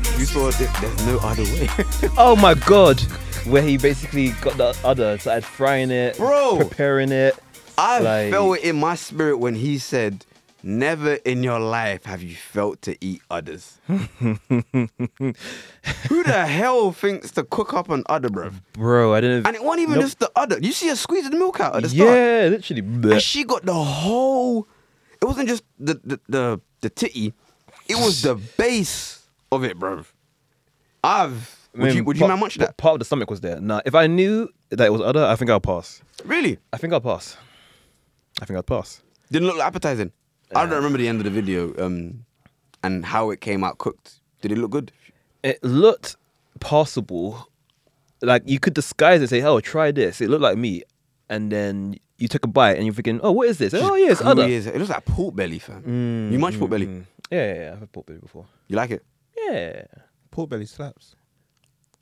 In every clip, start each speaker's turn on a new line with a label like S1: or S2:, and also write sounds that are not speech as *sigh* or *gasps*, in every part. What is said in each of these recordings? S1: there- there's no other way. *laughs*
S2: Oh my god! Where he basically got the other, started frying it,
S1: Bro.
S2: preparing it.
S1: I
S2: Like-
S1: felt it in my spirit when he said, Never in your life have you felt to eat
S2: *laughs*
S1: others. Who the hell thinks to cook up an udder, bruv?
S2: Bro, I don't know.
S1: And it wasn't even
S2: Nope.
S1: just the udder. You see her squeeze the milk out at the start.
S2: yeah, literally.
S1: And she got the whole. It wasn't just the the the, the titty. It was the base of it, bruv. I've. Would
S2: Man,
S1: you would you
S2: part-
S1: man much that?
S2: Part of the stomach was there. Nah, if I knew that it was other, I think I'll pass.
S1: Really?
S2: I think I'll pass. I think I'll pass.
S1: Didn't look like appetizing. I don't remember the end of the video um, and how it came out cooked. Did it look good?
S2: It looked possible. Like you could disguise it, say, "Oh, try this." It looked like meat, and then you took a bite and you're thinking, "Oh, what is this?" oh, yeah, it's Mm,
S1: Gooey
S2: other.
S1: as- It looks like pork belly, fam. you munch pork belly.
S2: Yeah, yeah, yeah. I've had pork belly before.
S1: You like it?
S2: Yeah.
S1: Oh,
S3: Pork belly slaps.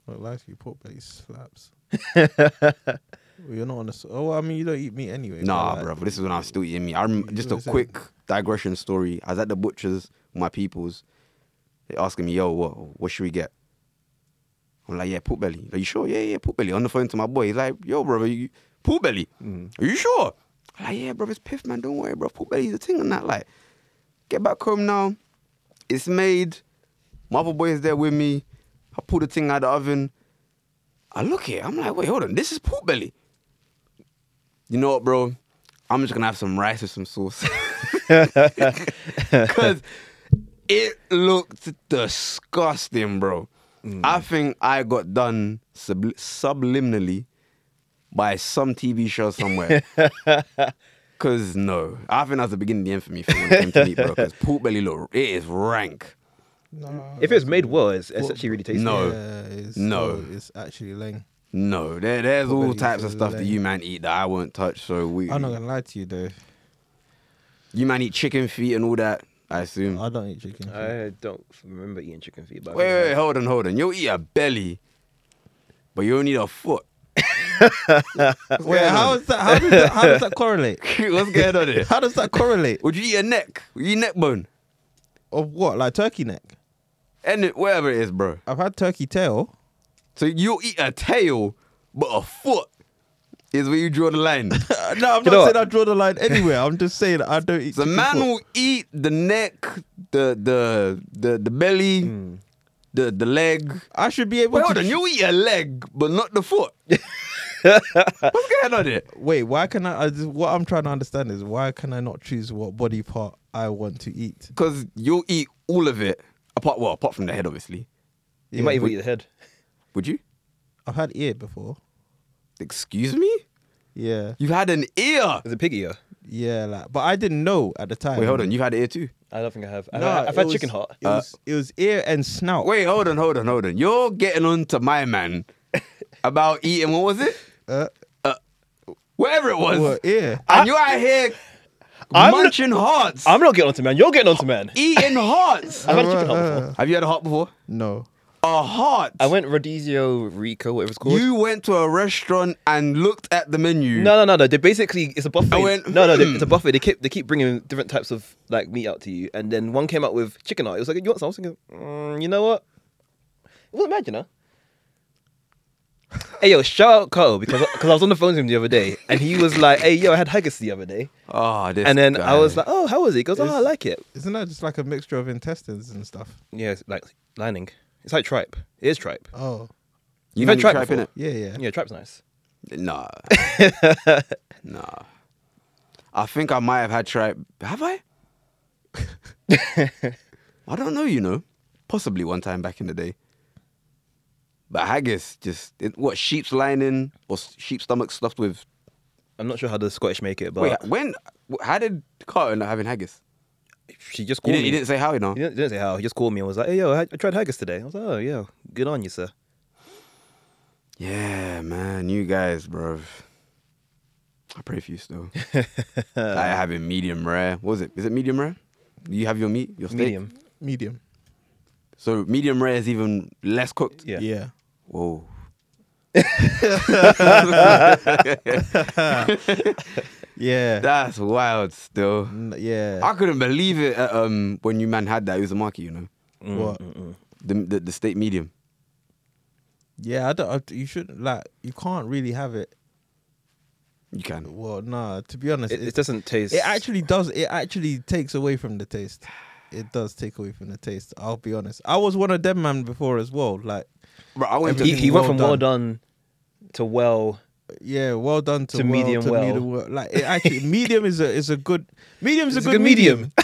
S3: Well, life you pork
S1: *laughs*
S3: belly slaps. well, you're not on the. s- Oh, I mean, you don't eat meat anyway.
S1: Nah,
S3: but,
S1: bruv.
S3: like,
S1: This is when I was still eating meat. I rem- just a
S3: was it?
S1: quick digression story. I was at the butcher's, with my peoples. They asking me, "Yo, what? What should we get?" I'm like, "Yeah, pork belly." Are you sure? Yeah, yeah, pork belly. On the phone to my boy, he's like, "Yo, brother, you pork belly? Are you sure?" I'm like, "Yeah, bro, it's piff, man. Don't worry, bro. Pork belly's a thing and that. Like, get back home now. It's made. My other boy is there with me. I pull the thing out of the oven. I look at it. I'm like, wait, hold on. This is pork belly. You know what, bro? I'm just gonna have some rice with some
S3: *laughs*
S1: sauce. Cause it looked disgusting, bro.
S3: Hmm.
S1: I think I got done subli subliminally by some TV show
S3: *laughs*
S1: somewhere. Cause no, I think that's the beginning of the end for me for when it came to meat, bro. Cause pork belly, look, it is rank.
S3: nah,
S2: If it was made well, it's, it's actually really tasty.
S1: No.
S3: yeah, it's,
S1: No.
S3: oh, it's actually lame.
S1: No, there, there's
S3: Pork
S1: all
S3: belly
S1: types of
S3: is
S1: stuff that
S3: lame.
S1: you man eat that I won't touch. So we,
S3: I'm not gonna lie to you though.
S1: you man eat chicken feet and all that. I assume.
S3: I don't eat chicken. feet.
S2: I don't remember eating chicken feet. But I
S1: Wait,
S2: think I
S1: wait, wait,
S2: had-
S1: hold on, hold on. You'll eat a belly, but you'll need a foot. *laughs* What's
S3: Wait,
S1: going
S3: how
S1: on?
S3: is that? How does that? How does that correlate?
S1: What's going on here? *laughs*
S3: How does that correlate?
S1: Would you eat a neck? Would you eat neck bone?
S3: Of what? Like turkey neck?
S1: And it, whatever it is, bro.
S3: I've had turkey
S1: *laughs*
S3: tail.
S1: So you'll eat a tail, but a foot is where you draw the line.
S3: Uh, no, I'm
S2: You
S3: not
S2: know what?
S3: saying I draw the line anywhere. I'm just saying I don't eat.
S1: So
S3: chicken
S1: man
S3: foot.
S1: will eat the neck, the the the the belly, the the leg.
S3: I should be able
S1: Wait,
S3: to.
S1: hold on. You eat a leg, but not the foot. What's going on here?
S3: Wait, why can I? I just, what I'm trying to understand is why can I not choose what body part I want to eat?
S1: Because you'll eat all of it, apart well, apart from the head, obviously.
S2: You
S3: Yeah,
S2: might even
S3: but-
S2: eat the head.
S1: Would you?
S3: I've had ear before.
S1: Excuse me?
S3: Yeah,
S1: You've had an ear.
S2: Is it pig ear?
S3: yeah, like, but I didn't know at the time.
S1: Wait, hold on. You've had an ear too.
S2: I don't think I have. I've,
S3: No,
S2: had- I've
S3: it
S2: had
S3: was-
S2: chicken heart.
S3: It was, it was ear and snout.
S1: Wait, hold on, hold on, hold on. You're getting on to my
S2: *laughs*
S1: man about eating. What was it?
S3: Uh,
S1: Whatever it was.
S3: What, ear?
S1: And you're out here
S2: I'm not-
S1: munching hearts,
S2: I'm not getting onto man. You're getting onto man.
S1: eating
S2: *laughs*
S1: hearts.
S2: I've had chicken heart before.
S1: Have you had a heart before?
S3: No,
S1: A heart.
S2: I went Rodizio Rico, whatever it's called.
S1: you went to a restaurant and looked at the menu.
S2: No, no, no, no. They basically it's a buffet.
S1: I went,
S2: no, no, they,
S1: hmm.
S2: it's a buffet. They keep they keep bringing different types of like meat out to you, and then one came out with chicken heart. It was like you want some? I was thinking, mm, you know what? It wasn't bad, you know. hey yo, shout out Carl because because I was on the phone to him the other day, and he was like, hey yo, I had haggis the other day,
S1: Oh, this
S2: and then I was
S1: guy.
S2: like, oh, how was it? He goes, oh, I
S3: It's-
S2: like it.
S3: isn't that just like a mixture of intestines and stuff?
S2: Yeah, it's like lining. It's like tripe. It is tripe.
S3: Oh,
S1: you
S2: You've
S1: had
S2: had tripe
S1: tripe in
S2: before?
S1: it.
S3: yeah, yeah.
S2: Yeah, tripe's nice.
S1: Nah. nah. I think I might have had tripe. Have I? I don't know, you know. Possibly one time back in the day. But haggis, just it, what sheep's lining or s- sheep's stomach stuffed with.
S2: I'm not sure how the Scottish make it, but
S1: Wait, when? wh- How did Carter end up having haggis?
S2: she just
S1: He
S2: called
S1: didn't, he
S2: me.
S1: didn't say how, you know.
S2: He didn't, didn't say how. He just called me and was like, "Hey, yo, I, I tried haggis today." I was like, "Oh, yo, good on you, sir."
S1: Yeah, man, you guys, bruv. I pray for you still. I have it medium rare. What was it? Is it medium rare? You have your meat, your steak.
S2: Medium.
S3: Medium.
S1: So medium rare is even less cooked.
S2: Yeah.
S3: yeah.
S1: Whoa. *laughs*
S3: Yeah.
S1: That's wild still.
S3: N- Mm, yeah.
S2: Mm-hmm.
S1: I couldn't believe it uh, um when you man had that Uzumaki, you know.
S3: what?
S1: The the, the state medium.
S3: Yeah, I don't. I, you shouldn't like. You can't really have it.
S1: You can.
S3: Well, nah. To be honest,
S2: It,
S3: it,
S2: it doesn't taste.
S3: it actually does. It actually takes away from the taste. It does take away from the taste. I'll be honest. I was one of them man before as well. Like,
S1: Bro, I went
S2: He,
S1: to.
S3: Everything-
S2: he went
S3: well
S2: from well done to well.
S3: yeah, well done to,
S2: To
S3: well,
S2: medium
S3: to
S2: well.
S3: medium well. Like,
S1: *laughs*
S3: it actually, medium is a is a good medium is a
S2: It's
S3: good, medium. *laughs*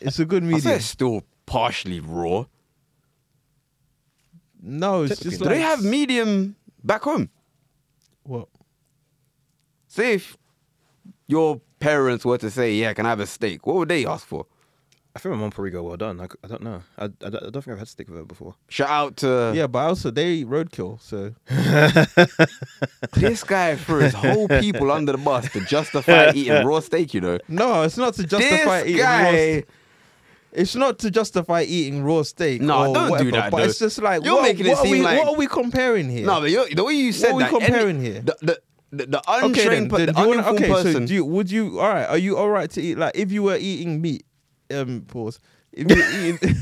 S3: it's a good
S1: I said
S3: medium.
S1: it's still partially raw.
S3: No, it's just
S1: Do
S3: like
S1: they have medium back home?
S3: What?
S1: Say if your parents were to say, "Yeah, can I have a steak?" What would they ask for?
S2: I think my mom probably go well done. I, c- I don't know. I, I don't- I don't think I've had steak with her before.
S1: Shout out to
S3: Yeah, but also they eat roadkill. So
S1: this guy threw his whole
S3: *laughs*
S1: people under the bus to justify eating raw steak. You know,
S3: no, it's not to justify
S1: this
S3: eating raw.
S1: guy.
S3: st- It's not to justify eating raw steak.
S1: No,
S3: or
S1: don't do
S3: whatever,
S1: that,
S3: But
S1: though.
S3: it's just like
S1: You're
S3: what,
S1: making it
S3: what are
S1: seem
S3: we,
S1: like-
S3: what are we comparing here?
S1: No, but you the way you said
S3: What are
S1: that,
S3: we
S1: any-
S3: comparing here?
S1: The the the, the
S3: okay, then,
S1: untrained, per-
S3: then
S1: the
S3: do you wanna-
S1: uninformed
S3: okay. So
S1: person.
S3: do you, would you? All right, are you all right to eat like if you were eating meat? Um, pause. If
S1: *laughs*
S3: you were eating,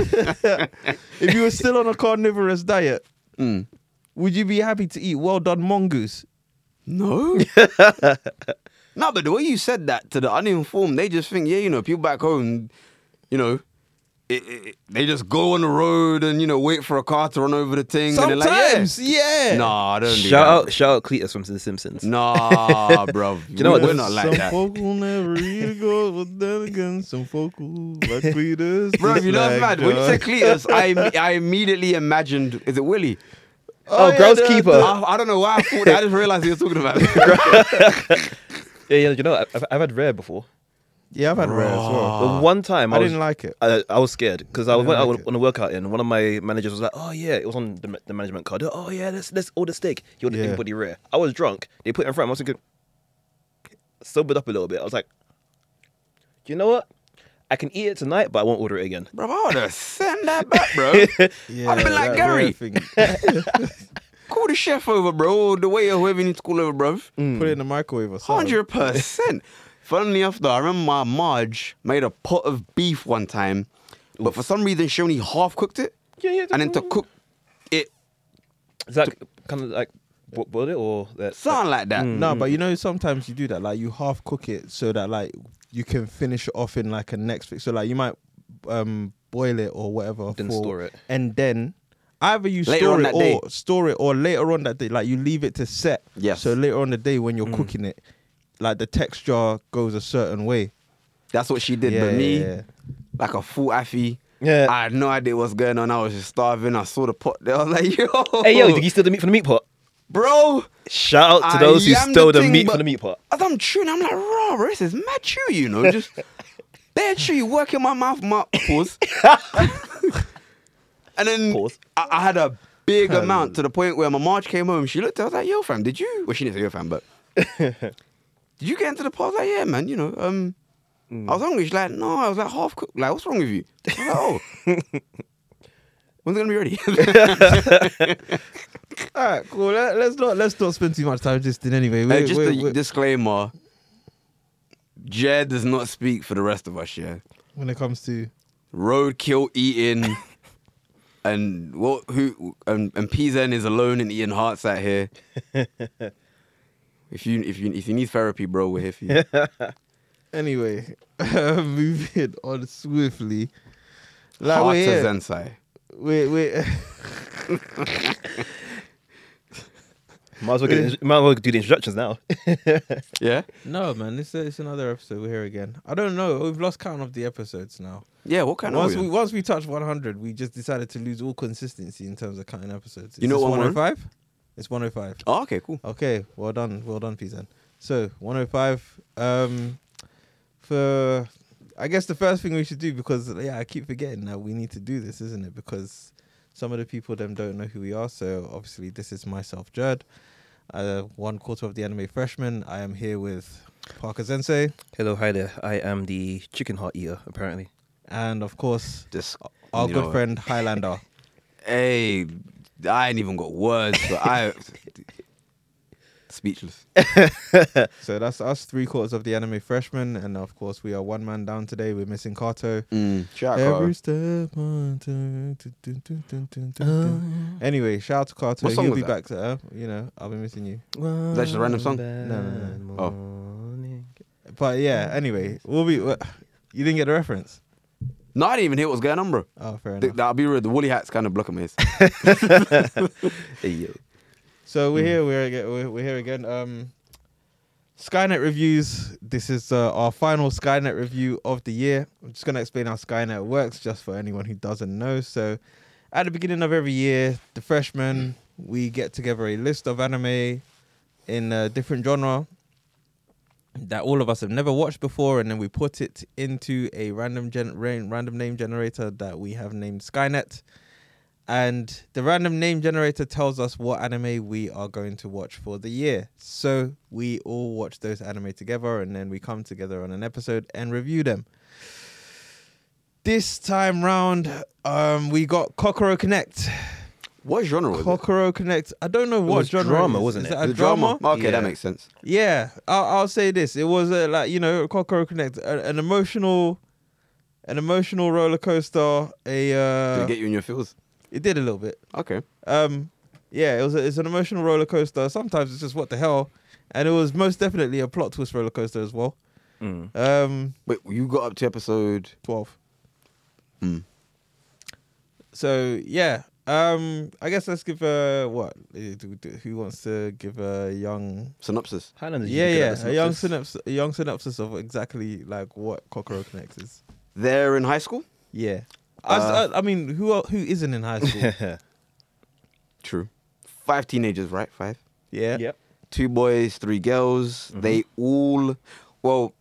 S3: if you were still on a carnivorous diet,
S1: Mm.
S3: would you be happy to eat well done mongoose?
S1: *laughs*
S3: *laughs*
S1: No. no, but the way you said that to the uninformed, they just think, yeah, you know, people back home, you know, it, it, it- they just go on the road and, you know, wait for a car to run over the thing. And they're like,
S3: Sometimes,
S1: yeah.
S3: yeah.
S1: Nah, I don't do
S2: Shout
S1: that.
S2: out, shout out Cletus from The Simpsons.
S1: Nah, *laughs* bro.
S2: you know what?
S1: We're not like
S3: some
S1: that.
S3: folk will never really go, but then again, some folk will like
S1: *laughs*
S3: Cletus.
S1: Bro,
S3: just
S1: you know what's
S3: like
S1: mad? When you
S3: God.
S1: said Cletus,
S3: *laughs*
S1: I, I immediately imagined, is it Willie?
S2: Oh,
S3: the-
S2: groundskeeper.
S3: the-
S1: I, I don't know why I thought that. I just realized he was talking
S3: *laughs*
S1: about me.
S2: Yeah, yeah. You know, I've, I've had rare before.
S3: Yeah, I've had rare as well.
S2: But one time, I,
S3: Ah, I
S2: was,
S3: didn't like it.
S2: I, I was scared because I,
S3: I
S2: went
S3: didn't
S2: out
S3: like it.
S2: on a workout and one of my managers was like, "Oh yeah, it was on the, ma- the management card. Oh yeah, let's let's order steak. You ordered
S3: Yeah.
S2: everybody rare. I was drunk. They put it in front. of me. I was thinking, sobered up a little bit. I was like, you know what? I can eat it tonight, but I won't order it again.
S1: Bro, I would have sent that back, bro.
S2: *laughs*
S3: Yeah,
S1: I'd be like,
S3: that rare
S1: Gary,
S3: thing.
S1: call the chef over, bro, or the waiter, whoever you need to call over, bro.
S3: Put it in the microwave or something.
S1: *laughs* Hundred
S2: *laughs*
S1: percent. Funnily enough, though, I remember my Marge made a pot of beef one time, but for some reason she only half cooked it,
S2: Yeah, yeah.
S1: and then to cook it,
S2: Is that kind of like bo- boiled it or that?
S1: something like that.
S2: Mm.
S3: No, but you know, sometimes you do that. Like you half cook it so that like you can finish it off in like a next fix. So like you might um boil it or whatever.
S2: Then
S3: for-
S2: store it.
S3: And then either you
S1: Later
S3: store
S1: on
S3: it
S1: that
S3: or
S1: day.
S3: store it or later on that day, like you leave it to set.
S1: Yes.
S3: So later on the day when you're cooking it, like the texture goes a certain way.
S1: That's what she did.
S3: Yeah,
S1: but me,
S3: yeah, yeah.
S1: like a fool affy,
S2: Yeah.
S1: I had no idea what's going on. I was just starving. I saw the pot. There. I was like, *laughs* yo,
S2: Hey yo, did you steal the meat from the meat pot?
S1: bro.
S2: Shout out to
S1: I
S2: those who
S1: yammed
S2: stole the,
S1: thing,
S2: meat
S1: but
S2: from the meat pot.
S1: As I'm chewing, I'm like, raw, bro, this is mad chew, you know,
S2: *laughs*
S1: just bad chew, working my mouth, my pause. and then
S2: Pause.
S1: I, I had a big amount to the point where my Marge came home, she looked at us like, yo, fam, did you? Well, she didn't say yo, fam,
S2: *laughs*
S1: but did you get into the pot? I was like, yeah, man, you know, um, I
S2: Mm.
S1: was hungry. She's like, no, I was like half cooked. Like, what's wrong with you? I
S2: *laughs*
S1: was like, oh. When's it gonna be ready?
S3: All right, cool. Let, us not let's not spend too much time just in anyway.
S1: Uh,
S3: We're-
S1: just
S3: we're-
S1: a
S3: we're-
S1: disclaimer. Jed does not speak for the rest of us, yeah.
S3: when it comes to
S1: roadkill
S3: *laughs*
S1: eating, and what who and and Pizen is alone and eating hearts out
S3: *laughs*
S1: here. if you if you if you need therapy, bro, we're here
S3: *laughs*
S1: for you.
S3: anyway, *laughs* moving on swiftly. Like
S1: Heart
S3: we're
S1: to
S3: here.
S1: Zensai.
S3: Wait, wait.
S2: Might as well,
S3: *laughs*
S2: get, might as well do the introductions now. *laughs*
S1: Yeah,
S3: no, man, this is another episode. We're here again. I don't know. We've lost count of the episodes now.
S1: yeah. What kind
S3: once
S1: of
S3: we once we touched 100, we just decided to lose all consistency in terms of counting episodes. Is
S1: You know
S3: this
S1: what one?
S3: 105? It's 105.
S1: Oh, okay, cool.
S3: Okay, well done, well done, Pizan. So 105. Um, for I guess the first thing we should do because yeah, I keep forgetting that we need to do this, isn't it? Because some of the people them don't know who we are. So obviously, this is myself, Judd, uh, one quarter of the anime freshman. I am here with Parker Sensei,
S2: Hello, hi there. I am the chicken heart eater, apparently.
S3: and of course
S1: Just
S3: our
S1: Uh, you
S3: good
S1: know,
S3: friend
S1: *laughs*
S3: Highlander. *laughs*
S1: Hey, I ain't even got words. But I Speechless.
S3: So that's us, three quarters of the anime freshmen, and of course we are one man down today. We're missing Kato.
S1: Mm. Shout out, Carter.
S3: Every step on. dun, dun, dun, dun, dun, dun, dun. Anyway, shout out to Kato.
S1: What song
S3: He'll
S1: was
S3: be
S1: that?
S3: back to uh, you know, I'll be missing you.
S2: Is
S1: that just a random song?
S3: No, no,
S1: Oh.
S3: But yeah, anyway, we'll be. we you didn't get the reference.
S1: No, I didn't even hear what was going on, bro.
S3: Oh, fair
S1: Th-
S3: enough.
S1: That'll be real. The woolly hat's kind of blocking me. It's-
S2: Hey, yo.
S3: So we're here. We're aga- we're we're here again. Um, Skynet reviews. This is uh, our final Skynet review of the year. I'm just gonna explain how Skynet works, just for anyone who doesn't know. So, at the beginning of every year, the freshmen we get together a list of anime in a different genre that all of us have never watched before, and then we put it into a random gen- ran- random name generator that we have named Skynet. And the random name generator tells us what anime we are going to watch for the year. So we all watch those anime together and then we come together on an episode and review them. This time round, um, we got Kokoro Connect.
S1: What genre was it?
S3: Kokoro Connect. I don't know what
S2: was
S3: genre
S2: drama,
S3: it is.
S2: wasn't
S3: Is
S2: it?
S3: that a
S1: The
S3: drama?
S1: Okay,
S2: Yeah.
S1: that makes sense.
S3: Yeah, I'll, I'll say this: it was a, like you know, Kokoro Connect, a, an emotional, an emotional roller coaster. A
S1: Did
S3: uh,
S1: it get you in your feels?
S3: it did a little bit.
S1: Okay.
S3: Um, yeah, it was a, it's an emotional roller coaster. Sometimes it's just what the hell, and it was most definitely a plot twist roller coaster as well.
S2: Mm.
S3: Um,
S1: Wait, you got up to episode.
S3: twelve.
S1: Mm.
S3: So yeah, um, I guess let's give uh, what eh, do- do- who wants to give a young
S1: Synopsis.
S2: Highlanders.
S3: yeah
S2: usually
S3: yeah
S2: good at
S3: a young
S2: synopsis.
S3: synopsis a young synopsis of exactly like what Kokoro Connect is.
S1: They're in high school.
S3: Yeah. I,
S1: Uh,
S3: I, I mean, who el- who isn't in
S2: *laughs*
S3: high school?
S1: True. Five teenagers, right? Five.
S3: yeah.
S2: Yep.
S1: Two boys, three girls. They all, well,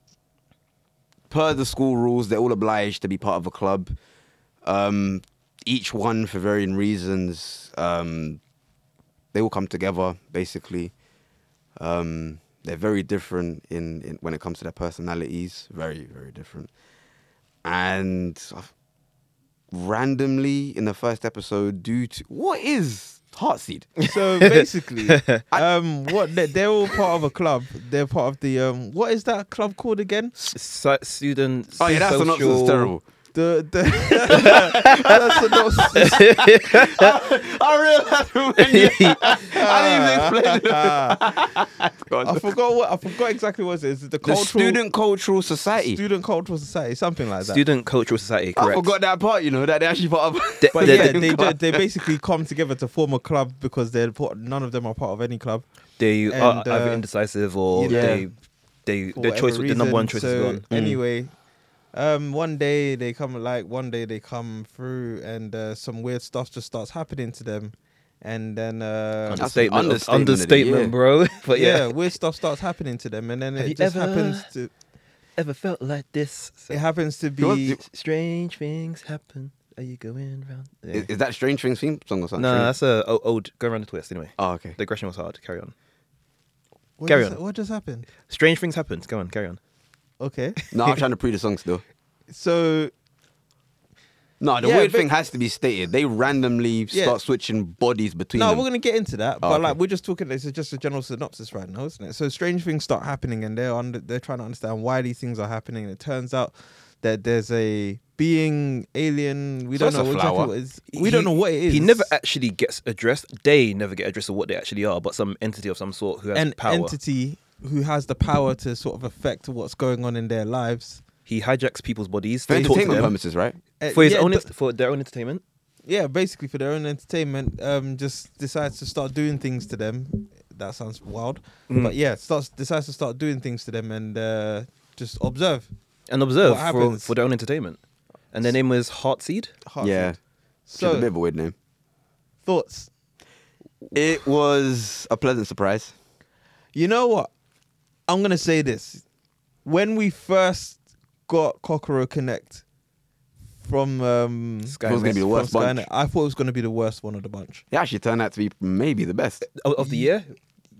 S1: per the school rules, they're all obliged to be part of a club. Um, each one, for varying reasons, um, they all come together. Basically, um, they're very different in, in when it comes to their personalities. Very, very different. And I've- randomly, in the first episode, due to what is Heartseed?
S3: So basically, um, what they're, they're all part of a club. They're part of the um, what is that club called again?
S2: Su- student.
S1: Oh yeah, that's
S2: social...
S1: synopsis is terrible.
S3: The *laughs* the that's a not-
S1: I realized when you, I didn't even explain it.
S3: I forgot what I forgot exactly what it is. It's the
S1: The
S3: cultural
S1: Student Cultural Society.
S3: student cultural society, something like that.
S2: Student Cultural Society.
S1: I
S2: Correct.
S1: forgot that part. You know that they actually part of. *laughs*
S2: The-
S3: but
S2: the-
S3: yeah, they do,
S1: club.
S3: they basically come together to form a club because they're part, none of them are part of any club.
S2: They are
S3: And,
S2: either
S3: uh,
S2: indecisive or
S3: yeah.
S2: they, they,
S3: for
S2: their
S3: whatever
S2: choice, the number one
S3: reason.
S2: choice is
S3: So,
S2: gone. Mm.
S3: Anyway, um, one day they come like one day they come through and uh, some weird stuff just starts happening to them, and then uh,
S1: That's an
S2: Understatement, of-
S1: understatement of the
S2: understatement,
S1: year.
S2: bro. *laughs* But
S3: yeah,
S2: yeah,
S3: weird stuff starts happening to them, and then
S2: Have
S3: it
S2: you
S3: just
S2: ever-
S3: happens to
S2: ever felt like this?
S3: it happens to
S1: want
S3: be.
S1: to-
S2: Strange things happen. Are you going round? Yeah.
S1: Is, is that Strange Things theme song or something?
S2: no, that's a o- old. Go around the twist anyway.
S1: Oh, okay.
S2: Digression was hard. Carry on.
S3: What
S2: Carry
S3: just,
S2: on.
S3: What just happened?
S2: Strange things happen. Go on. Carry on.
S3: Okay,
S1: No, I'm trying to pre the song still.
S3: *laughs* so
S1: No, the
S3: Yeah,
S1: weird
S3: but-
S1: thing has to be stated. They randomly
S3: Yeah.
S1: start switching bodies between
S3: no,
S1: them.
S3: we're gonna get into that, but
S2: Oh,
S1: okay.
S3: like we're just talking. This is just a general synopsis right now, isn't it? So strange things start happening, and they're under, they're trying to understand why these things are happening. And it turns out that there's a being alien. We
S1: So
S3: don't
S1: it's a
S3: know exactly
S1: flower.
S3: what it is. We don't
S2: He-
S3: know what it is.
S2: He never actually gets addressed. They never get addressed of what they actually are, but some entity of some sort who has
S3: an
S2: power.
S3: entity who has the power to sort of affect what's going on in their lives.
S2: He hijacks people's bodies
S1: for
S2: they talk to
S1: entertainment
S2: them,
S1: purposes, right?
S3: Uh,
S2: for his
S3: yeah,
S2: own
S3: th-
S2: ent- for their own entertainment.
S3: yeah, basically for their own entertainment, um, just decides to start doing things to them. That sounds wild,
S2: Mm.
S3: but yeah, starts decides to start doing things to them and uh, just observe.
S2: and observe
S3: What
S2: for,
S3: happens?
S2: for their own entertainment. And their name was Heartseed.
S3: Heartbeat.
S1: Yeah. So, a bit
S3: So
S1: of a weird name.
S3: thoughts.
S1: It was a pleasant surprise.
S3: You know what? I'm gonna say this. When we first got Kokoro Connect from um
S2: Sky
S1: It was gonna be the
S3: from
S1: worst bunch.
S3: Skynet, I thought it was gonna be the worst one of the bunch.
S1: It actually turned out to be maybe the best.
S2: of, of the year.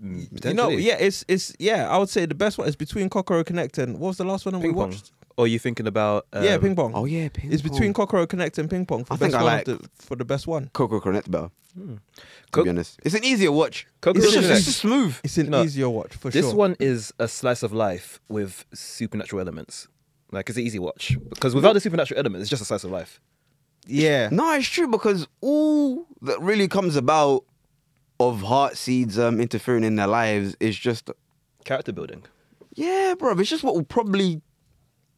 S2: Mm,
S3: You know,
S2: potentially.
S3: yeah, it's it's yeah. I would say the best one is between Kokoro Connect and what was the last one that we
S2: Ping pong.
S3: watched?
S2: Or are you thinking about? Um,
S3: yeah, ping pong.
S1: Oh yeah, ping
S3: it's between
S1: pong.
S3: Kokoro Connect and ping pong for
S1: I
S3: best
S1: think I
S3: one
S1: like-
S3: of the, for the best one.
S1: Coco Connect better.
S2: Hmm.
S1: To
S2: Co-
S1: be honest, it's an easier watch.
S2: Coco
S1: it's, just,
S2: Connect.
S1: it's just smooth.
S3: It's an
S2: No,
S3: easier watch for
S2: this
S3: sure.
S2: one is a slice of life with supernatural elements. Like it's an easy watch because without the supernatural elements, it's just a slice of life.
S3: yeah.
S1: No, it's true because all that really comes about of Heartseed's um, interfering in their lives is just
S2: Character building.
S1: Yeah, bro. It's just what will probably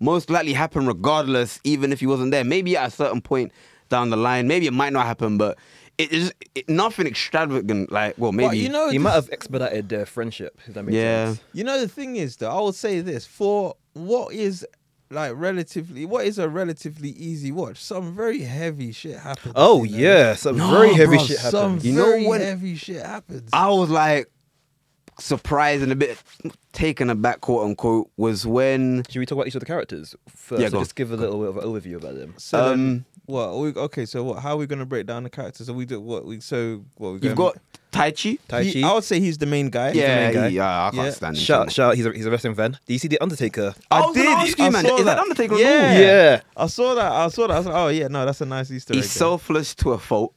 S1: most likely happen regardless, even if he wasn't there. Maybe at a certain point down the line, maybe it might not happen, but it is it, nothing extravagant. Like, well, maybe
S3: But you
S2: He
S3: know, Oh, the-
S2: might have expedited their friendship. If that makes
S1: Yeah.
S2: sense.
S3: you know the thing is though, I would say this for what is like relatively what is a relatively easy watch. Some very heavy shit happens.
S2: Oh
S3: you know?
S2: yeah, some
S1: Nah,
S2: very heavy
S1: bruv,
S2: shit
S3: Some
S2: happens.
S1: You know
S3: very
S1: when-
S3: heavy shit happens.
S1: I was like surprised and a bit taken aback, quote unquote, was when
S2: Should we talk about each of the characters first?
S1: Yeah,
S2: So
S1: go on.
S2: just give a little bit of an overview about them.
S3: So then,
S1: um,
S3: what? Are we, okay, so what? How are we gonna break down the characters? So we do what? We so what? We
S1: you've got Tai Chi.
S2: Tai
S3: He-
S2: Chi.
S3: I would say he's Um, the main guy.
S1: Yeah,
S2: main guy.
S1: he- yeah, I can't
S3: Yeah.
S1: stand him.
S2: Shout, shout! He's a he's a wrestling fan. Do you see the Undertaker?
S1: I,
S3: I
S1: was gonna
S3: did.
S1: ask you,
S3: I
S1: man.
S3: saw
S1: Is that
S3: that.
S1: Undertaker? or
S3: Yeah.
S1: not?
S3: I saw that. I saw that. I was like, oh yeah, no, that's a nice Easter
S1: He's
S3: egg. there.
S1: selfless to a fault.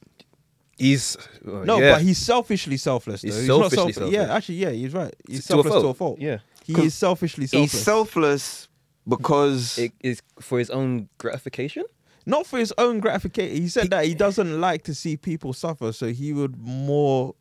S2: He's oh,
S3: No,
S2: yeah.
S3: but he's selfishly selfless. Though.
S2: He's
S3: He's, not
S2: selfishly selfish.
S3: selfish. Yeah, actually, yeah, he's right. He's
S2: To a
S3: selfless
S2: fault.
S3: to a fault.
S2: Yeah.
S3: he is selfishly selfless.
S1: He's selfless because
S2: *laughs* It is for his own gratification.
S3: not for his own gratification. He said that he doesn't like to see people suffer, so he would more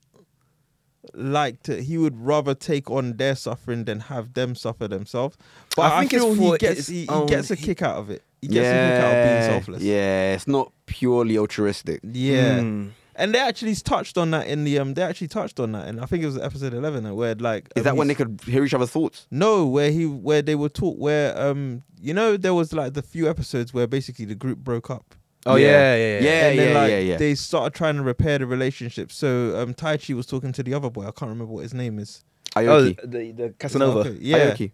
S3: like to. He would rather take on their suffering than have them suffer themselves. But
S2: I
S3: I,
S2: think it's
S3: feel
S2: for
S3: he gets
S2: his
S3: he, he
S2: own-
S3: gets a
S2: he-
S3: kick out of it. He gets a kick out of being selfless.
S1: Yeah, it's not purely altruistic.
S3: Yeah.
S2: Hmm.
S3: And they actually touched on that in the um. They actually touched on that, and I think it was episode eleven where like
S1: Is
S3: um,
S1: that when
S3: he's-
S1: they could hear each other's thoughts?
S3: No, where he where they were taught where um you know there was like the few episodes where basically the group broke up.
S2: Oh yeah, yeah, yeah.
S1: Yeah,
S3: and then,
S1: yeah,
S3: like,
S1: yeah, yeah.
S3: They started trying to repair the relationship. So um Tai Chi was talking to the other boy. I can't remember what his name is.
S2: Oh,
S1: Aoki.
S2: the, the Casanova.
S3: Okay, yeah.
S1: Aoki.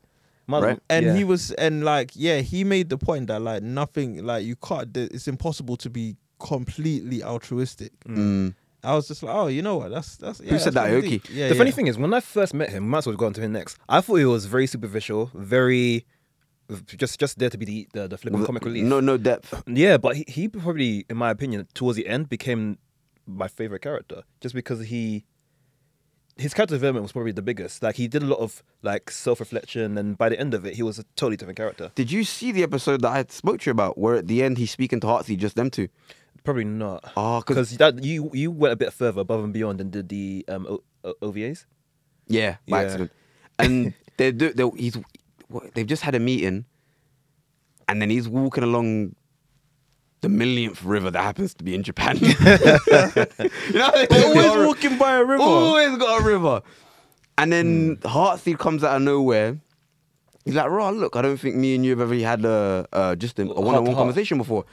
S2: Mother-
S1: Right.
S3: And
S2: yeah.
S3: he was and like yeah he made the point that like nothing like you can't th- it's impossible to be completely altruistic.
S1: Mm.
S3: I was just like oh you know what that's that's yeah,
S1: said
S3: that's
S1: that,
S3: really
S1: Aoki?
S3: deep. Yeah,
S2: the funny
S3: yeah.
S2: thing is, when I first met him, we might as well have gone to him next. I thought he was very superficial, very just just there to be the the, the flipping
S1: With-
S2: comic relief.
S1: No, no depth.
S2: Yeah, but he, he probably, in my opinion, towards the end became my favorite character just because he his character development was probably the biggest. Like he did a lot of like self reflection, and by the end of it, he was a totally different character.
S1: Did you see the episode that I spoke to you about, where at the end he's speaking to Heartsy, just them two?
S2: Probably not.
S1: Oh, because
S2: because that you you went a bit further above and beyond and did the um, o- o- OVAs.
S1: yeah, by
S2: Yeah.
S1: accident. And they do. They, he's what- they've just had a meeting, and then he's walking along the millionth river that happens to be in Japan. *laughs* you know, they always
S2: *laughs*
S3: They're always
S1: walk
S3: walking by a river.
S1: Always got a river. And then Heartseed comes out of nowhere. He's like, Raw, look, I don't think me and you have ever had a uh, just a
S2: Heart to
S1: one on one
S2: heart.
S1: conversation before.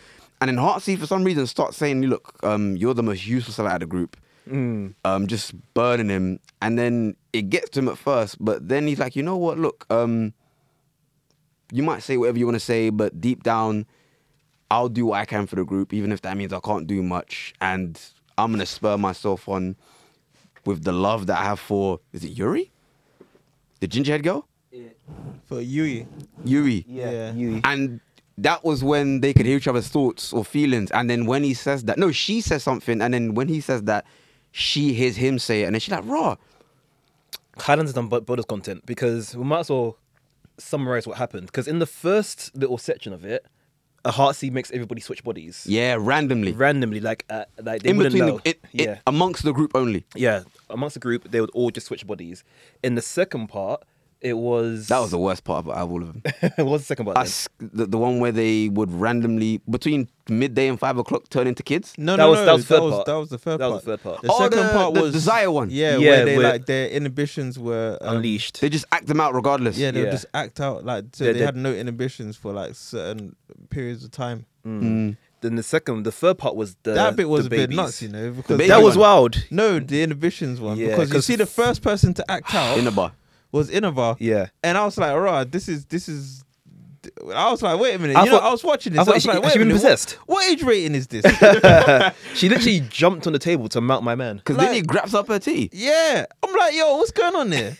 S1: And then Heartseed, for some reason, starts saying, look, um, you're the most useless out of the group. Um, just burning him. And then it gets to him at first, but then he's like, you know what, look, um, you might say whatever you want to say, but deep down, I'll do what I can for the group, even if that means I can't do much. And I'm gonna spur myself on with the love that I have for is it Yuri? The gingerhead girl?
S3: for Yui.
S1: Yuri.
S3: Yeah.
S1: And that was when they could hear each other's thoughts or feelings. And then when he says that, no, she says something, and then when he says that, she hears him say it, and then she's like, raw.
S2: Highlands has done bo- bonus content because we might as well summarize what happened. Because in the first little section of it, a heartseed makes everybody switch bodies
S1: Yeah, randomly.
S2: randomly, like uh, like they
S1: In
S2: wouldn't
S1: between
S2: know.
S1: the, it,
S2: yeah,
S1: it, amongst the group only.
S2: yeah. Amongst the group, they would all just switch bodies. In the second part, it was
S1: That was
S2: *laughs*
S1: the worst part of out of all of them.
S2: it was the second part. then?
S1: us the, the one where they would randomly between midday and five o'clock turn into kids.
S3: No,
S2: That
S3: no,
S2: was-
S3: no.
S2: that was
S3: that,
S2: third
S3: was,
S2: part.
S3: that was the third
S2: That
S3: part.
S2: was the third part.
S3: The
S1: Oh,
S3: second
S1: the-
S3: part
S1: the
S3: was
S1: desire one.
S3: Yeah,
S2: Yeah,
S3: where they
S2: where-
S3: like their inhibitions were um,
S2: Unleashed.
S1: They just act them out regardless.
S3: Yeah, they
S2: Yeah.
S3: would just act out like so
S2: Yeah,
S3: they
S2: they-
S3: had no inhibitions for like certain periods of time.
S1: Mm.
S2: then the second, the third part was the
S3: Hmm. that bit was
S2: the
S3: a bit
S2: babies.
S3: nuts, you know, because
S1: baby
S2: That was
S1: one.
S2: wild.
S3: no the inhibitions one
S2: Yeah,
S3: because you
S2: 'cause
S3: see the first person
S2: *sighs*
S3: to act out
S1: in the bar.
S3: was Inova.
S2: Yeah.
S3: and I was like, alright, this is this is. I was like, wait a minute.
S2: I
S3: you know,
S2: thought-
S3: I was watching this.
S2: I
S3: I,
S2: thought
S3: was
S2: she-
S3: like,
S2: she
S3: wait a
S2: been
S3: minute.
S2: possessed.
S3: What, what age rating is this?
S2: *laughs* she literally *laughs* jumped on the table to mount my man.
S1: Because then he
S3: Like-
S1: grabs up her tea.
S3: Yeah, I'm like, yo, what's going *laughs* on there?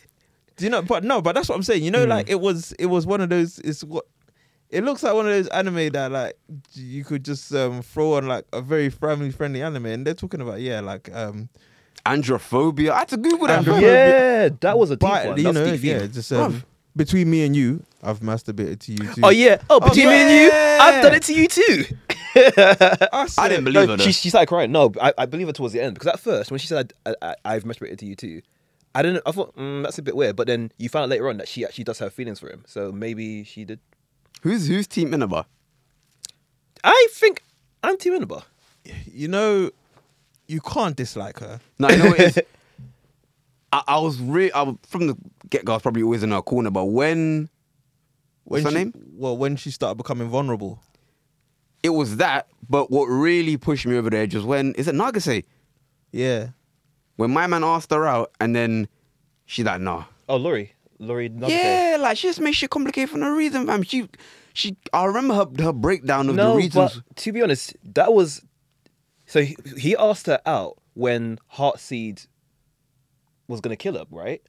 S3: Do you know? But no, but that's what I'm saying. You know, like it was, it was one of those. It's what It looks like one of those anime that like you could just um, throw on like a very family friendly anime, and they're talking about yeah, like um,
S1: Androphobia. I had to Google that.
S3: Andro-
S1: Andro-
S2: Yeah, that was a deep
S3: but
S2: one.
S3: you
S2: That's
S3: know,
S2: deep theme.
S3: yeah, just um, between me and you, I've masturbated to you too.
S2: Oh yeah. Oh,
S3: Oh,
S2: between me and you, I've done
S3: yeah.
S2: it to you too.
S3: I,
S1: I
S3: said-
S1: didn't believe
S2: no,
S1: her.
S2: she,
S1: though.
S2: she started crying. No, but I, I believe her towards the end because at first when she said I, I, I've masturbated to you too, I didn't. I thought mm, that's a bit weird. But then you found out later on that she actually does have feelings for him. So maybe she did.
S1: Who's who's Team Inaba?
S2: I think I'm Team Inaba.
S3: You know, you can't dislike her.
S1: No, you know what
S3: *laughs*
S1: it is. I, I was re- I was- from the get go. I was probably always in her corner, but when What's
S3: When
S1: her
S3: she,
S1: name?
S3: Well, when she started becoming vulnerable.
S1: it was that, but what really pushed me over the edge was when is it Nagase?
S3: Yeah.
S1: When my man asked her out, and then she's like, "Nah."
S2: Oh, Laurie. Laurie. Nugget.
S1: Yeah, like she just makes shit complicated for no reason, fam. She, she. I remember her her breakdown of the
S2: No,
S1: reasons.
S2: but to be honest, that was. So he, he asked her out when Heartseed was gonna kill her, right?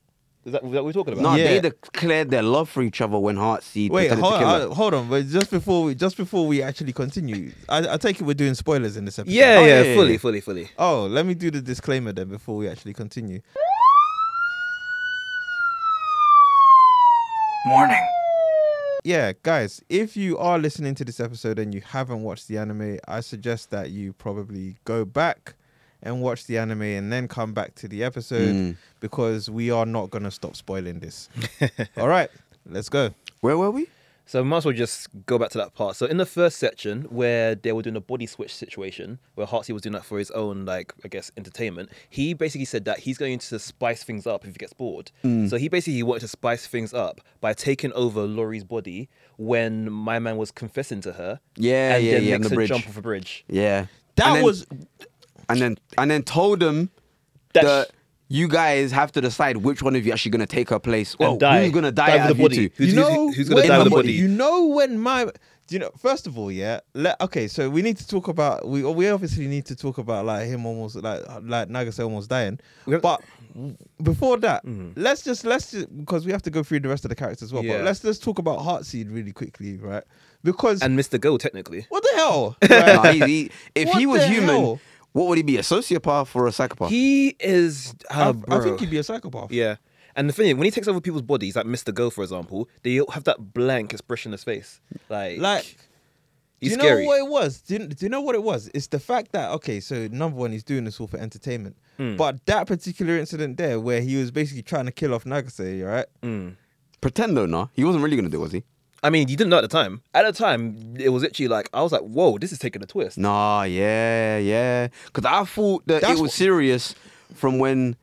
S2: Is that, is that what we're talking about?
S1: No,
S3: Yeah.
S1: they declared their love for each other when Heartseed
S3: Wait,
S1: pretended to
S3: hold
S1: kill her.
S3: on, uh, hold on. But just before we just before we actually continue, I, I take it we're doing spoilers in this episode.
S2: Yeah,
S1: Oh,
S2: yeah,
S1: yeah, yeah,
S2: fully,
S1: yeah.
S2: fully, fully.
S3: Oh, let me do the disclaimer then before we actually continue.
S4: Warning.
S3: Yeah, guys, if you are listening to this episode and you haven't watched the anime, I suggest that you probably go back and watch the anime and then come back to the episode
S1: Mm.
S3: because we are not going to stop spoiling this. *laughs* All right, let's go.
S1: Where were we?
S2: So we might as well just go back to that part. So in the first section where they were doing a body switch situation, where Heartsey was doing that for his own, like I guess, entertainment, he basically said that he's going to spice things up if he gets bored.
S1: Mm.
S2: So he basically wanted to spice things up by taking over Laurie's body when my man was confessing to her.
S1: Yeah,
S2: and
S1: yeah,
S2: then
S1: yeah, on the
S2: Makes her
S1: bridge.
S2: jump off a bridge.
S1: Yeah,
S3: That
S1: And then-
S3: was
S1: and then and then told them
S2: That-
S1: that you guys have to decide which one of you actually gonna take her place. Well,
S2: And die.
S1: who's gonna die,
S2: Die with
S1: out
S2: the
S1: of you
S2: body.
S1: two? *laughs*
S2: Who's-
S3: you
S2: who's-
S3: know
S2: who's gonna
S3: when
S1: die with a
S3: my-
S1: body?
S3: You know when my do you know first of all, yeah. Let, okay, so we need to talk about we we obviously need to talk about like him almost like like Nagase almost dying.
S2: We have- Mm-hmm.
S3: But before that, let's just let's just because we have to go through the rest of the characters as well.
S2: Yeah.
S3: But let's let's talk about Heartseed really quickly, right? Because
S2: And Mr. Go, technically.
S3: what
S2: *laughs*
S3: the hell? Right?
S1: Nah, he- he- if he
S3: What
S1: was
S3: the
S1: human,
S3: hell?
S1: what would he be? A sociopath or a psychopath?
S2: He is.
S3: I,
S2: ah,
S3: I
S2: bro.
S3: think he'd be a psychopath.
S2: Yeah. And the thing is, when he takes over people's bodies, like Mr. Go, for example, they all have that blank expression on his face. Like,
S3: Like
S2: he's
S3: do you
S2: scary.
S3: know what it was? Do you, do you know what it was? It's the fact that okay, so number one, he's doing this all for entertainment. But that particular incident there, where he was basically trying to kill off Nagase, right?
S1: Pretend though, nah. He wasn't really gonna do it, was he?
S2: I mean, you didn't know at the time. At the time, it was actually like, I was like, whoa, this is taking a twist.
S1: Nah, yeah, yeah. Because I thought that
S3: That's
S1: it was
S3: what-
S1: serious from when.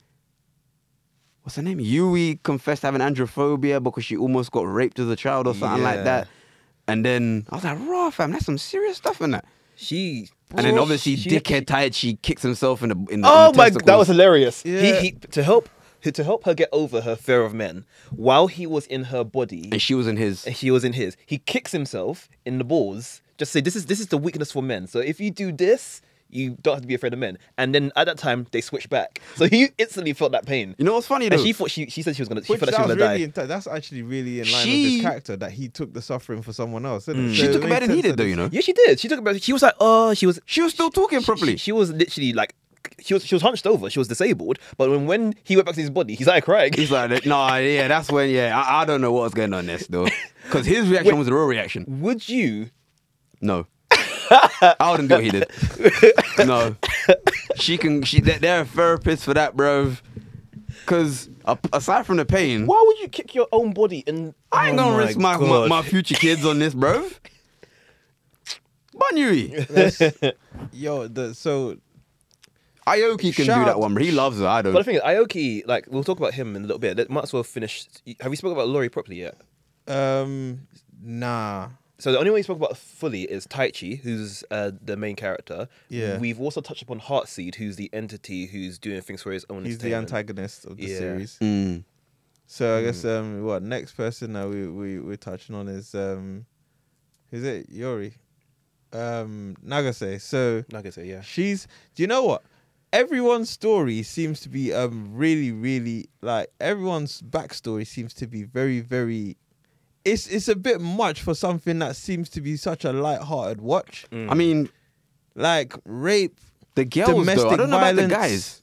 S1: What's her name? Yui confessed having androphobia because she almost got raped as a child or something
S3: Yeah.
S1: like that. And then I was like, raw fam, that's some serious stuff in that.
S2: She.
S1: And then obviously,
S2: she-
S1: dickhead Taichi kicks himself in the in the.
S2: Oh
S1: in the
S2: my! That was
S1: testicles.
S2: hilarious.
S3: Yeah.
S2: He, he to help to help her get over her fear of men while he was in her body.
S1: And she was in his.
S2: and he was in his. He kicks himself in the balls. Just say this is this is the weakness for men. So if you do this, you don't have to be afraid of men. And then at that time they switch back. So he instantly felt that pain.
S1: You know what's funny though?
S2: and she thought she she said she was gonna she
S3: Which
S2: felt like
S3: that
S2: she was
S3: was
S2: gonna
S3: really
S2: die.
S3: inte- that's actually really in line with
S1: She- Hmm.
S3: his character that he took the suffering for someone else. didn't it?
S1: she
S3: So it
S1: took it
S3: makes
S1: better than he
S3: sense
S1: did
S3: that
S1: though, you know.
S2: Yeah, she did. She took about. She was like, oh, she was.
S1: She was still talking properly.
S2: She, she was literally like, she was she was hunched over. She was disabled. But when when he went back to his body, he started crying.
S1: He's like, nah, yeah, that's when, yeah, I, I don't know what's going on next
S2: *laughs*
S1: though, because his reaction was the real reaction.
S2: Would you? *laughs*
S1: No. I wouldn't do what he did. No. She can. She. They're, they're a therapist for that, bro. Because aside from the pain,
S2: Why would you kick your own body? And
S1: I ain't
S2: Oh
S1: gonna risk my, my,
S2: God.
S1: my future kids on this, bro.
S2: *laughs*
S1: Bunyuri.
S3: That's- Yo, the, so
S1: Aoki can
S3: Shout
S1: do
S3: out-
S1: that one, bro. He loves her. I
S2: But the
S1: don't.
S2: thing is, Aoki, like we'll talk about him in a little bit. Let might as well finish. Have we spoken about Laurie properly yet?
S3: um, nah,
S2: So the only one we spoke about fully is Taichi, who's uh, the main character.
S3: Yeah.
S2: We've also touched upon Heartseed, who's the entity who's doing things for his own.
S3: he's the
S2: entertainment.
S3: antagonist of the
S2: Yeah.
S3: series.
S1: Mm.
S3: So I guess um, what next person that we we we're touching on is um, is it Yori, um, Nagase. So
S2: Nagase, yeah.
S3: she's. Do you know what? Everyone's story seems to be um really really like everyone's backstory seems to be very very it's it's a bit much for something that seems to be such a light-hearted watch.
S1: Hmm. I mean,
S3: Like rape,
S1: the girls though. I
S3: Domestic
S1: don't know about the
S3: violence.
S1: guys.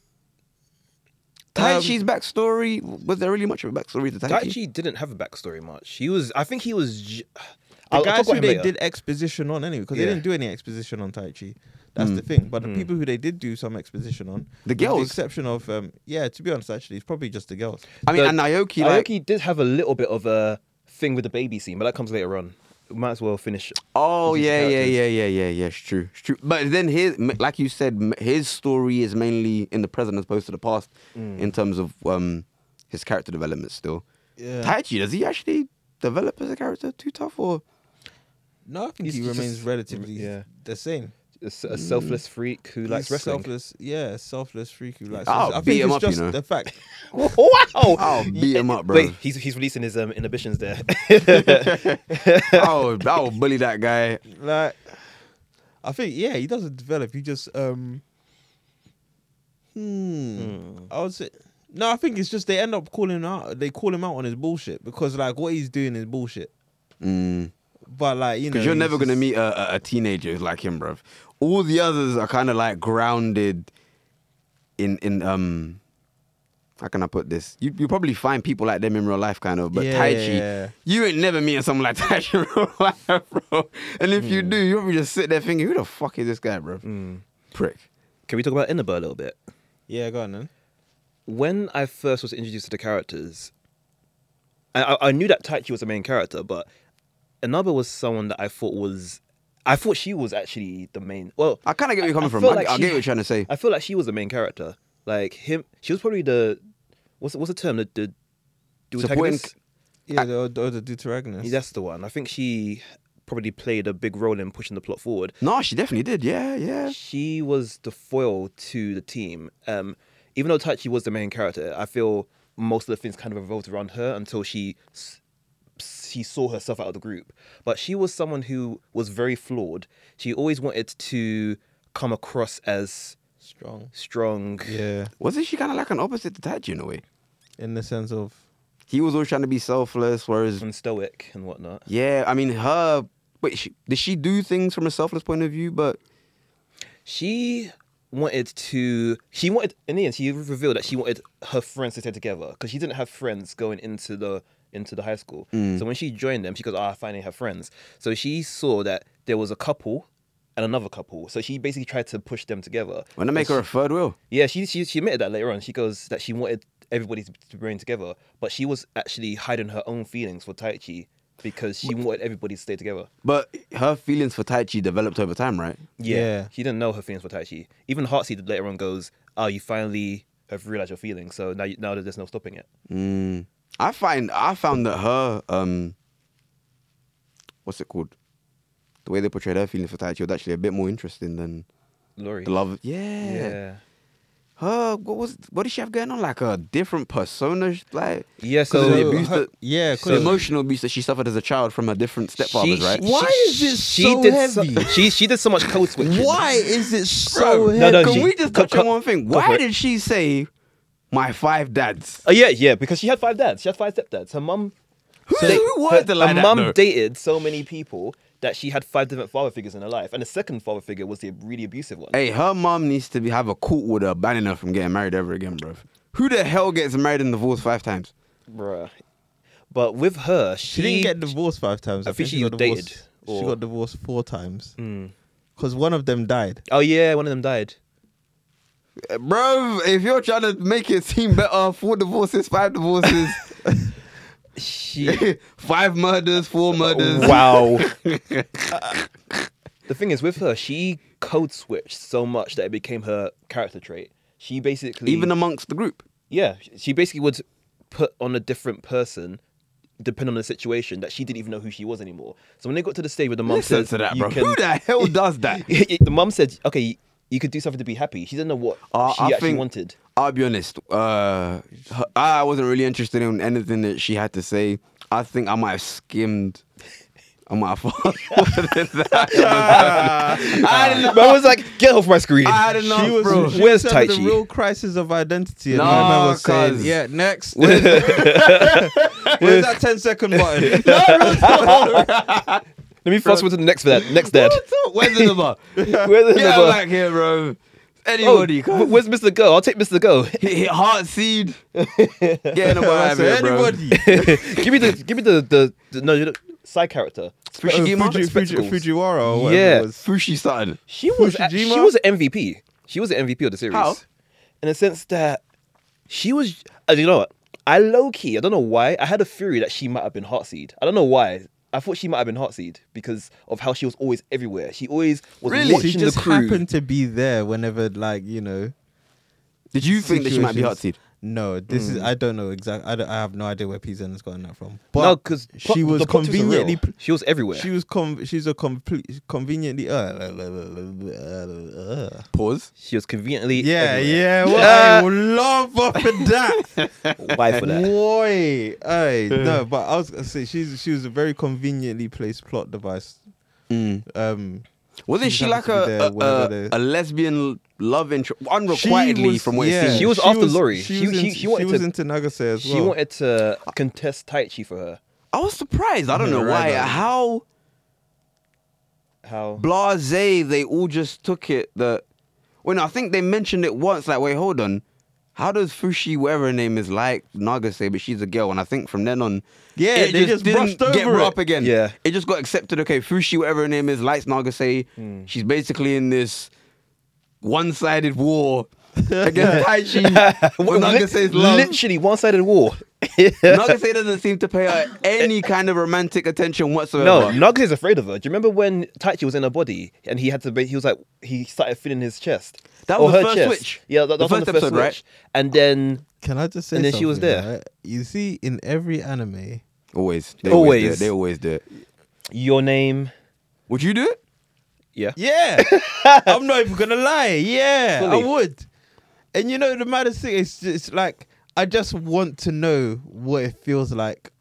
S1: Tai
S3: Um,
S1: Chi's backstory was there really much of a backstory to Tai
S2: Tai
S1: Chi?
S2: Chi didn't have a backstory much. He was, I think he was. j-
S3: the
S2: I'll, I'll talk about
S3: guys who
S2: him
S3: they
S2: later.
S3: did exposition on anyway, because
S2: Yeah.
S3: they didn't do any exposition on Tai Chi. That's the thing. But the people who they did do some exposition on,
S1: The
S3: with the
S1: girls?
S3: exception of um, yeah. To be honest, actually, it's probably just the girls.
S1: I mean,
S2: The-
S1: and Naoki, like,
S2: Aoki did have a little bit of a thing with the baby scene, but that comes later on. We might as well finish.
S1: oh
S2: these
S1: yeah, yeah,
S2: characters.
S1: yeah, yeah, yeah, yeah. It's true, it's true. But then his, m- like you said, m- his story is mainly in the present as opposed to the past
S2: Hmm.
S1: in terms of um his character development. Still,
S3: Yeah.
S1: Tai Chi does he actually develop as a character too tough or?
S3: No, I think
S2: He's
S3: he
S2: just-
S3: remains relatively
S2: yeah.
S3: the same.
S2: A, s- a selfless freak who likes
S3: Mm. He's
S2: wrestling.
S3: Selfless, yeah, selfless freak who likes.
S1: I'll
S3: I
S1: beat
S3: think
S1: him
S3: it's
S1: up, you
S3: just
S1: know.
S3: the fact.
S2: *laughs* wow!
S1: I'll
S3: Oh,
S1: beat
S2: *laughs*
S1: him up, bro.
S2: Wait, he's he's releasing his um, inhibitions there. *laughs*
S1: I'll, I'll bully that guy.
S3: Like, I think yeah, he doesn't develop. He just um. Hmm. I would say no. I think it's just they end up calling him out. They call him out on his bullshit because like what he's doing is bullshit.
S1: Mm.
S3: But like you know,
S1: Because you're
S3: he's
S1: never going to
S3: just-
S1: meet a, a, a teenager who's like him, bruv. All the others are kind of like grounded in, in, um, how can I put this? You, you probably find people like them in real life, kind of, but Tai Chi,
S3: Yeah.
S1: you ain't never meeting someone like *laughs* Tai Chi in real life, bro. And if you do, you probably just sit there thinking, who the fuck is this guy, bruv? Prick.
S2: Can we talk about Inaba a little bit?
S3: Yeah, go on then.
S2: when I first was introduced to the characters, I, I- I knew that Taichi was the main character, but Inaba was someone that I thought was, I thought she was actually the main. Well,
S1: I kind of get where you're coming from.
S2: feel
S1: I, I
S2: she-
S1: get what you're trying to say.
S2: I feel like she was the main character. Like him, she was probably the, what's what's the term? The the, the
S1: Supporting-
S2: antagonist?
S3: Yeah, the, the, the Deuteragonist.
S2: That's the one. I think she probably played a big role in pushing the plot forward.
S1: no, she definitely did. Yeah, yeah.
S2: she was the foil to the team. Um, even though Taichi was the main character, I feel most of the things kind of revolved around her until she s- she saw herself out of the group. But she was someone who was very flawed. She always wanted to come across as
S3: Strong.
S2: strong.
S3: Yeah,
S1: Wasn't she kind of like an opposite to Tai Chi in a way?
S3: in the sense of
S1: He was always trying to be selfless, whereas
S2: And stoic and whatnot.
S1: Yeah, I mean her. Wait, she, did she do things from a selfless point of view? But
S2: She wanted to. She wanted. In the end, she revealed that she wanted her friends to stay together because she didn't have friends going into the into the high school.
S1: Mm.
S2: So when she joined them, she goes, "Ah, I finally have friends." So she saw that there was a couple and another couple. So she basically tried to push them together.
S1: when they make her a third wheel,
S2: Yeah, she she she admitted that later on. She goes that she wanted everybody to to bring together, but she was actually hiding her own feelings for Taichi because she wanted everybody to stay together.
S1: but her feelings for Tai Chi developed over time, right?
S2: Yeah.
S3: Yeah.
S2: She didn't know her feelings were Taichi. Even Heartseed later on goes, Oh, you finally have realized your feelings, so now you, now there's no stopping it.
S1: Mm. I find I found that her um, what's it called? The way they portrayed her feelings for Tai Chi was actually a bit more interesting than
S2: Laurie.
S1: the love. Yeah.
S2: Yeah.
S1: Her what was what did she have going on? Like a different persona, like
S2: Yeah,
S1: 'Cause of
S2: so-
S1: the abuse
S3: her-
S1: that,
S3: yeah,
S1: the
S3: 'cause-
S1: emotional abuse that she suffered as a child from her different stepfathers, right?
S3: Why is it so heavy?
S2: *laughs* she she did so much code switching.
S3: why is it so
S2: Bro, no, no,
S3: heavy?
S1: Can
S2: she-
S1: we just
S2: go-
S1: touch on
S2: go-
S1: one thing?
S2: go for
S1: Why
S2: it.
S1: did she say my five dads?
S2: Oh yeah, yeah, because she had five dads. She had five stepdads. Her mum
S1: Who,
S2: They-
S1: who
S2: her,
S1: was the like
S2: her
S1: that,
S2: mum
S1: though?
S2: dated so many people that she had five different father figures in her life, and the second father figure was the really abusive one.
S1: Hey, her mom needs to be, have a court with her banning her from getting married ever again, bruv. Who the hell gets married and divorced five times?
S2: Bruh. But with her, she,
S3: She didn't get divorced five times. I,
S2: I think
S3: think,
S2: she
S3: got
S2: was
S3: divorced.
S2: dated,
S3: She
S2: or-
S3: got divorced four times because one of them died.
S2: Oh yeah, one of them died.
S1: Uh, Bruv, if you're trying to make it seem better, four divorces, five divorces, *laughs*
S2: She
S1: five murders, four murders.
S2: Wow. the thing is, with her, she code switched so much that it became her character trait. She
S1: *laughs*
S2: basically,
S1: Even amongst the group.
S2: yeah, she basically would put on a different person depending on the situation that she didn't even know who she was anymore. So when they got to the stage where the mom
S1: Listen
S2: says,
S1: to that,
S2: "You
S1: bro.
S2: can-"
S1: Who the hell does *laughs*
S2: *laughs*
S1: that?
S2: the mom said, "Okay, you could do something to be happy." She didn't know what
S1: Uh,
S2: she
S1: I
S2: actually
S1: think- *laughs*
S2: wanted.
S1: I'll be honest. Uh, her- I wasn't really interested in anything that she had to say. I think I might have skimmed I might have *laughs* faster than *laughs* that.
S2: I didn't- man was like, get off my screen.
S1: I had enough,
S3: she was,
S1: bro.
S3: She
S2: Where's
S3: was having
S2: Tai
S3: The
S2: Chi?
S3: real crisis of identity. And
S1: Nah,
S3: my man was saying,
S1: cuz.
S3: yeah, next. *laughs* Where's that 10 second button?
S2: Let me fast forward to the next dad. Next
S1: *laughs*
S2: dad.
S1: Where's the number?
S2: Where's the
S1: Get
S2: number?
S1: back here, bro.
S2: Oh,
S1: Anybody,
S2: wh- where's Mr. Go? I'll take Mr. Go.
S1: hit, hit heart seed. Get in the
S3: I
S1: vibe here,
S3: said,
S1: bro.
S3: anybody.
S2: *laughs* give me the, give me the, the, the no, you don't- side character.
S1: Fushi-
S3: Oh,
S1: Shigima?
S3: Fuji, Fuji,
S2: Spectacles.
S3: Fujiwara or whatever
S2: Yeah.
S3: it was.
S1: Fushi started.
S2: She was a- she
S3: Fushijima?
S2: was an MVP. She was an MVP of the series.
S1: How?
S2: In the sense that she was, uh, you know what? I low key, I don't know why, I had a theory that she might have been Heartseed. I don't know why. I thought she might have been Heartseed because of how she was always everywhere. She always was
S1: Really?
S2: watching
S3: She just
S2: the crew.
S3: happened to be there whenever, like, you know.
S1: Did you think that she might be hot seed?
S3: situations- No, this is I don't know exactly. I, don't- I have no idea where PZN has gotten that from. But
S2: no, because
S3: she was conveniently. pl-
S2: she was everywhere.
S3: She was com- she's a complete conveniently. Uh, uh, uh,
S1: Pause.
S2: She was conveniently
S3: Yeah,
S2: everywhere.
S3: yeah. Well,
S2: Yeah.
S3: I uh, would *laughs* love her for that. *laughs*
S2: Why for that?
S3: Boy, hey, no, but I was gonna say she's she was a very conveniently placed plot device. Um,
S1: Wasn't she
S3: She happened
S1: like
S3: to be there
S1: a a,
S3: whenever
S1: a,
S3: they-
S1: a lesbian love interest,
S3: she
S1: unrequitedly
S3: was-
S1: from what
S3: yeah,
S1: it seems?
S2: She was after Laurie.
S3: She,
S2: She-
S3: was,
S2: she-
S3: into,
S2: she wanted
S3: was
S2: to-
S3: into Nagase as well.
S2: She wanted to contest Taichi for her.
S1: I was surprised. I don't know
S3: Yeah, right,
S1: why.
S3: like-
S1: How
S2: How?
S1: blase they all just took it. That well, no, I think they mentioned it once. Like, wait, hold on. How does Fushi, whatever her name is, like Nagase, but she's a girl, and I think from then on,
S3: Yeah,
S1: it
S3: they just brushed
S1: didn't get
S3: over
S1: brought
S3: it.
S1: up again.
S2: Yeah.
S1: it just got accepted. Okay, Fushi, whatever her name is, likes Nagase.
S3: Hmm.
S1: She's basically in this one-sided
S3: *laughs*
S1: war against Taichi.
S2: What-
S1: Nagase's
S2: lit-
S1: love.
S2: Literally one-sided war. *laughs*
S1: Nagase doesn't seem to pay her any kind of romantic attention whatsoever.
S2: No, Nugs is afraid of her. Do you remember when Taichi was in her body and he had to? Be, he was like he started feeling his chest.
S1: That
S2: Or
S1: was the
S2: her
S1: first
S2: chest.
S1: switch.
S2: Yeah, that, that
S1: The
S2: was on the
S1: first
S2: first
S1: episode, right?
S2: switch. And then
S3: Can I just say?
S2: And then she was
S3: something,
S2: there.
S3: right? You see, in every anime,
S1: Always. They always. do it.
S2: Always.
S1: They always do it.
S2: your name.
S1: Would you do it?
S2: Yeah. *laughs*
S3: Yeah, I'm not even gonna lie. Yeah,
S2: Fully.
S3: I would. And you know the maddest thing is, it's like I just want to know what it feels like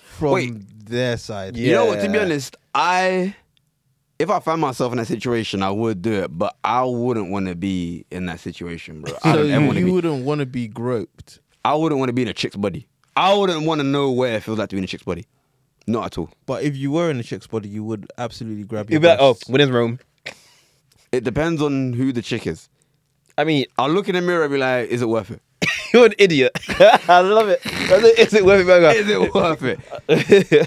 S3: from
S1: Wait.
S3: their side.
S1: You know what? To be
S2: Yeah.
S1: honest, I, if I find myself in that situation, I would do it, but I wouldn't want to be in that situation, bro. I
S3: So
S1: don't ever
S3: you,
S1: want to be.
S3: wouldn't want to be groped.
S1: I wouldn't want to be in a chick's body. I wouldn't want to know where it feels like to be in a chick's body. Not at all.
S3: But if you were in a chick's body, you would absolutely grab your
S2: You'd be like, oh,
S3: breasts.
S2: when in Rome.
S1: It depends on who the chick is.
S2: I mean, *laughs*
S1: I'll look in the mirror and be like, is it worth
S3: *laughs*
S1: it?
S2: you're an idiot. *laughs* I love it. That's it. Is it worth it,
S1: Is it worth
S3: *laughs*
S1: it?
S2: burger?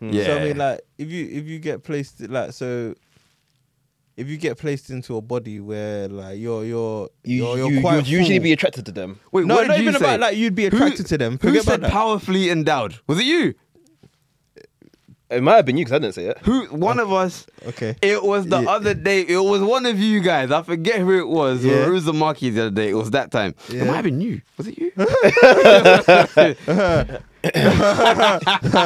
S1: yeah.
S3: So I mean, like, if you if you get placed like so, if you get placed into a body where like you're you're
S2: *laughs* you you
S3: you're, you're
S2: you
S3: quite
S2: would usually
S3: full.
S2: be attracted to them.
S1: Wait,
S3: no,
S1: what
S3: not
S1: did you
S3: even
S1: say?
S3: about like you'd be
S1: Who-
S3: attracted to them.
S1: Who
S3: Forget
S1: said
S3: about that.
S1: powerfully endowed? Was it you?
S2: It might have been you because I didn't say it.
S1: Who? One
S3: Uh,
S1: of us.
S3: Okay.
S1: It was the
S3: Yeah.
S1: other day. It was one of you guys. I forget who it was.
S3: Yeah.
S1: It was the Marquis the other day. It was that time.
S3: Yeah.
S1: It might have been you. Was it
S3: *laughs*
S1: you? *laughs*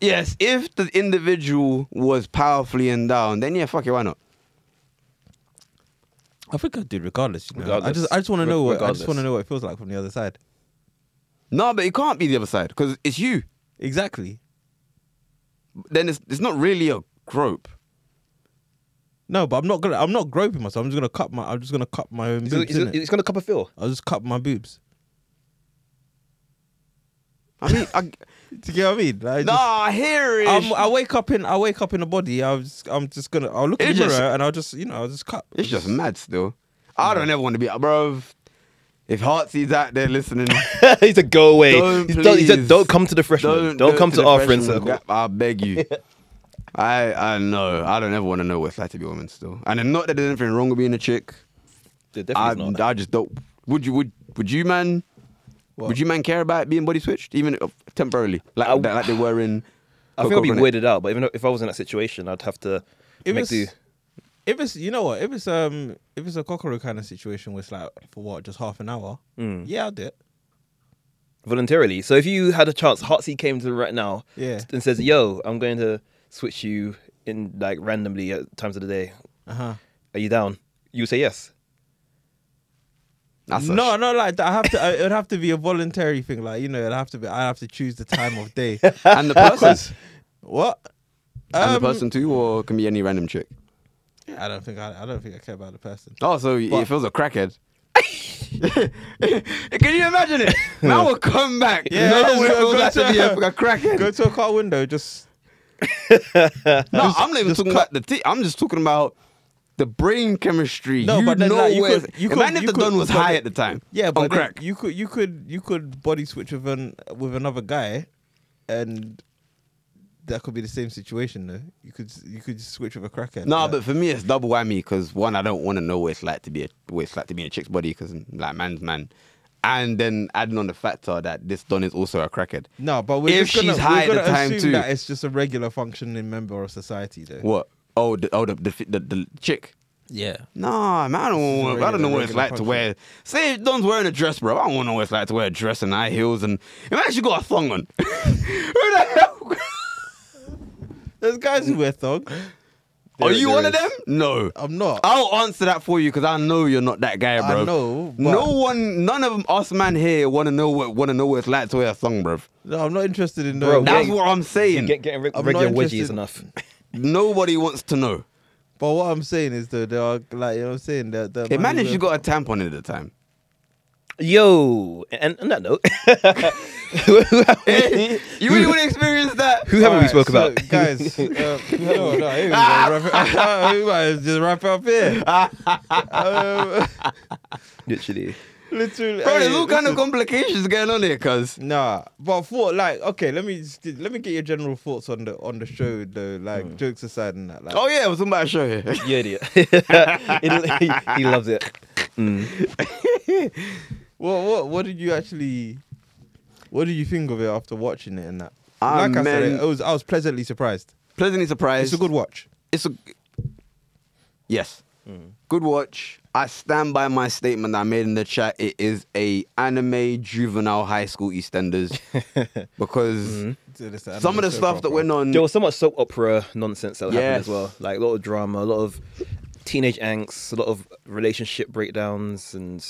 S1: yes. If the individual was powerfully endowed, then yeah, fuck it. Why not?
S3: I think I did regardless. You know? I
S2: Regardless.
S3: just I just want to
S2: Re-
S3: know what I
S2: regardless.
S3: just want to know what it feels like from the other side.
S1: No, but it can't be the other side because it's you.
S3: Exactly.
S1: Then it's it's not really a group.
S3: No, but I'm not gonna I'm not groping myself. I'm just gonna cut my I'm just gonna cut my own
S2: It's,
S3: boobs.
S2: it's,
S3: innit?
S2: it's gonna cup a feel.
S3: I'll just cut my boobs.
S1: I mean, I,
S3: Do you get what *laughs* I mean? Like,
S1: no,
S3: just-
S1: I hear it.
S3: I'm, I wake up in I wake up in a body. I'm just, I'm just gonna I'll look in the
S1: It's
S3: mirror
S1: just-
S3: and I'll just you know I'll just cut.
S1: It's just mad still. I don't ever want to be, bro. If Heartsy's out there listening,
S2: *laughs* he said, "Go away."
S1: Don't,
S2: He said, don't, he said,
S1: please.
S2: "Don't come to the freshman. Don't,
S1: go
S2: come to,
S1: the
S2: our
S1: freshman
S2: friend circle."
S1: gap. I beg
S2: *laughs*
S1: you. I I know. I don't ever want to know what it's like to be a woman still. And then not that there's anything wrong with being a chick.
S2: There
S1: I,
S2: definitely is not.
S1: I just don't. Would you would would you man?
S3: What?
S1: Would you man care about being body switched even if- temporarily, like
S2: I-
S1: like they were in?
S2: *sighs* I think I'd be
S1: Coco Connect?
S2: weirded out, but even though- if I was in that situation, I'd have to
S3: If
S2: make
S3: it's,
S2: do.
S3: if it's you know what if it's um if it's a cockroach kind of situation where it's like for what just half an hour.
S1: Mm.
S3: Yeah, I'll do it.
S2: voluntarily. So if you had a chance, Heartsea came to right now
S3: Yeah.
S2: and says, "Yo, I'm going to switch you in like randomly at times of the day.
S3: Uh huh.
S2: Are you down?" You would say yes.
S1: That's a
S3: no,
S1: sh-
S3: no, like that. I have to. I, it would have to be a voluntary
S1: *laughs*
S2: *laughs*
S3: thing. Like you know, it would have to be. I have to choose the time of day.
S1: and the person.
S3: what?
S1: and the
S3: Um,
S1: person too, or can be any random chick.
S3: I don't think I, I don't think I care about the person.
S1: Oh, so
S3: But-
S1: if it was a
S2: *laughs*
S1: crackhead. *laughs* Can you imagine it?
S2: *laughs*
S1: Man will come back.
S3: Yeah,
S1: no,
S3: just
S1: one
S3: go-
S1: will
S3: go
S1: have to
S3: to-
S1: be a, a crackhead.
S3: Go to a car window, just
S1: No, I'm not even talking about the tea. I'm just talking about the brain chemistry.
S3: No,
S1: you
S3: but then,
S1: know
S3: like, you
S1: where.
S3: could- you could-
S1: imagine
S3: you
S1: if the
S3: could-
S1: gun was
S3: but
S1: high
S3: then-
S1: at the time.
S3: yeah, but
S1: on
S3: then
S1: crack.
S3: you could you could you could body switch with an with another guy, and that could be the same situation though. You could you could switch with a crackhead.
S1: No,
S3: like-
S1: but for me it's double whammy because one, I don't want to know what it's like to be a what it's like to be in a chick's body because like man's man, and then adding on the factor that this don is also a crackhead.
S3: no, but we're
S1: if
S3: just gonna,
S1: she's high
S3: we're
S1: at the
S3: gonna
S1: time
S3: assume
S1: too.
S3: that it's just a regular functioning member of society though.
S1: What? Oh, the, oh, the the, the, the chick.
S3: Yeah.
S1: Nah, man, I don't, want, I don't know what it's
S3: Regular
S1: like to
S3: function.
S1: wear. Say if Don's wearing a dress, bro. I don't want to know what it's like to wear a dress and high heels and imagine she got a thong on. *laughs* Who the hell?
S3: There's guys who wear thong.
S1: Are
S2: There-
S1: you
S2: there
S1: one of
S2: is.
S1: them? No.
S3: I'm not.
S1: I'll answer that for you because I know you're not that guy,
S3: Oh, I
S1: bro.
S3: know, but-
S1: No one, none of us man here want to know what want to know what it's like to wear a thong, bro.
S3: No, I'm not interested in
S2: Bro,
S3: knowing.
S1: That's
S2: wait.
S1: what I'm saying.
S2: Get, getting re-
S3: I'm not
S2: regular wedgie
S3: interested.
S2: is enough.
S1: Nobody wants to know.
S3: But what I'm saying is though, there are like you know what I'm saying. There, there are man who
S1: Imagine
S3: wear
S1: she got a tampon at the
S3: *laughs*
S1: time. *laughs*
S2: Yo, and on that note, *laughs*
S1: Eh, you really want to experience that?
S2: who haven't we
S3: Alright,
S2: spoke
S3: so,
S1: *laughs*
S2: about?
S3: guys? uh, no, no, here we go,
S1: Ah.
S3: wrap it- uh, we might just wrap up
S1: *laughs*
S3: here. Um,
S2: *laughs* Literally.
S3: literally,
S1: Bro, there's
S3: hey,
S1: all kind of
S3: listen,
S1: complications going on here, cuz.
S3: Nah, but for like, okay, let me just, let me get your general thoughts on the on the show though. Like
S1: Hmm.
S3: jokes aside and that. Like,
S1: Oh yeah, it was about a show here. *laughs*
S2: You idiot. *laughs* he, he loves it.
S3: what what what did you actually? What did you think of it after watching it and that?
S1: Ah,
S3: like I
S1: man.
S3: said, I was I was pleasantly surprised.
S1: Pleasantly surprised.
S3: It's a good watch.
S1: It's a. Yes.
S2: Mm-hmm.
S1: Good watch. I stand by my statement that I made in the chat. It is a anime juvenile high school
S2: *laughs*
S1: EastEnders because
S2: Mm-hmm.
S1: some of the stuff that went on.
S2: There was so much soap opera nonsense that happened
S1: Yes.
S2: as well. Like a lot of drama, a lot of teenage angst, a lot of relationship breakdowns, and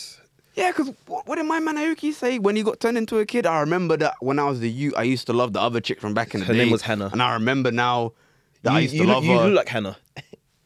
S1: Yeah, because what, what did my man Aoki say when he got turned into a kid? I remember that when I was a youth, I used to love the other chick from back in the
S2: Her
S1: day.
S2: name was Hannah.
S1: and I remember now that I
S2: you,
S1: used
S2: you
S1: to
S2: look,
S1: love
S2: you
S1: her.
S2: look like Hannah.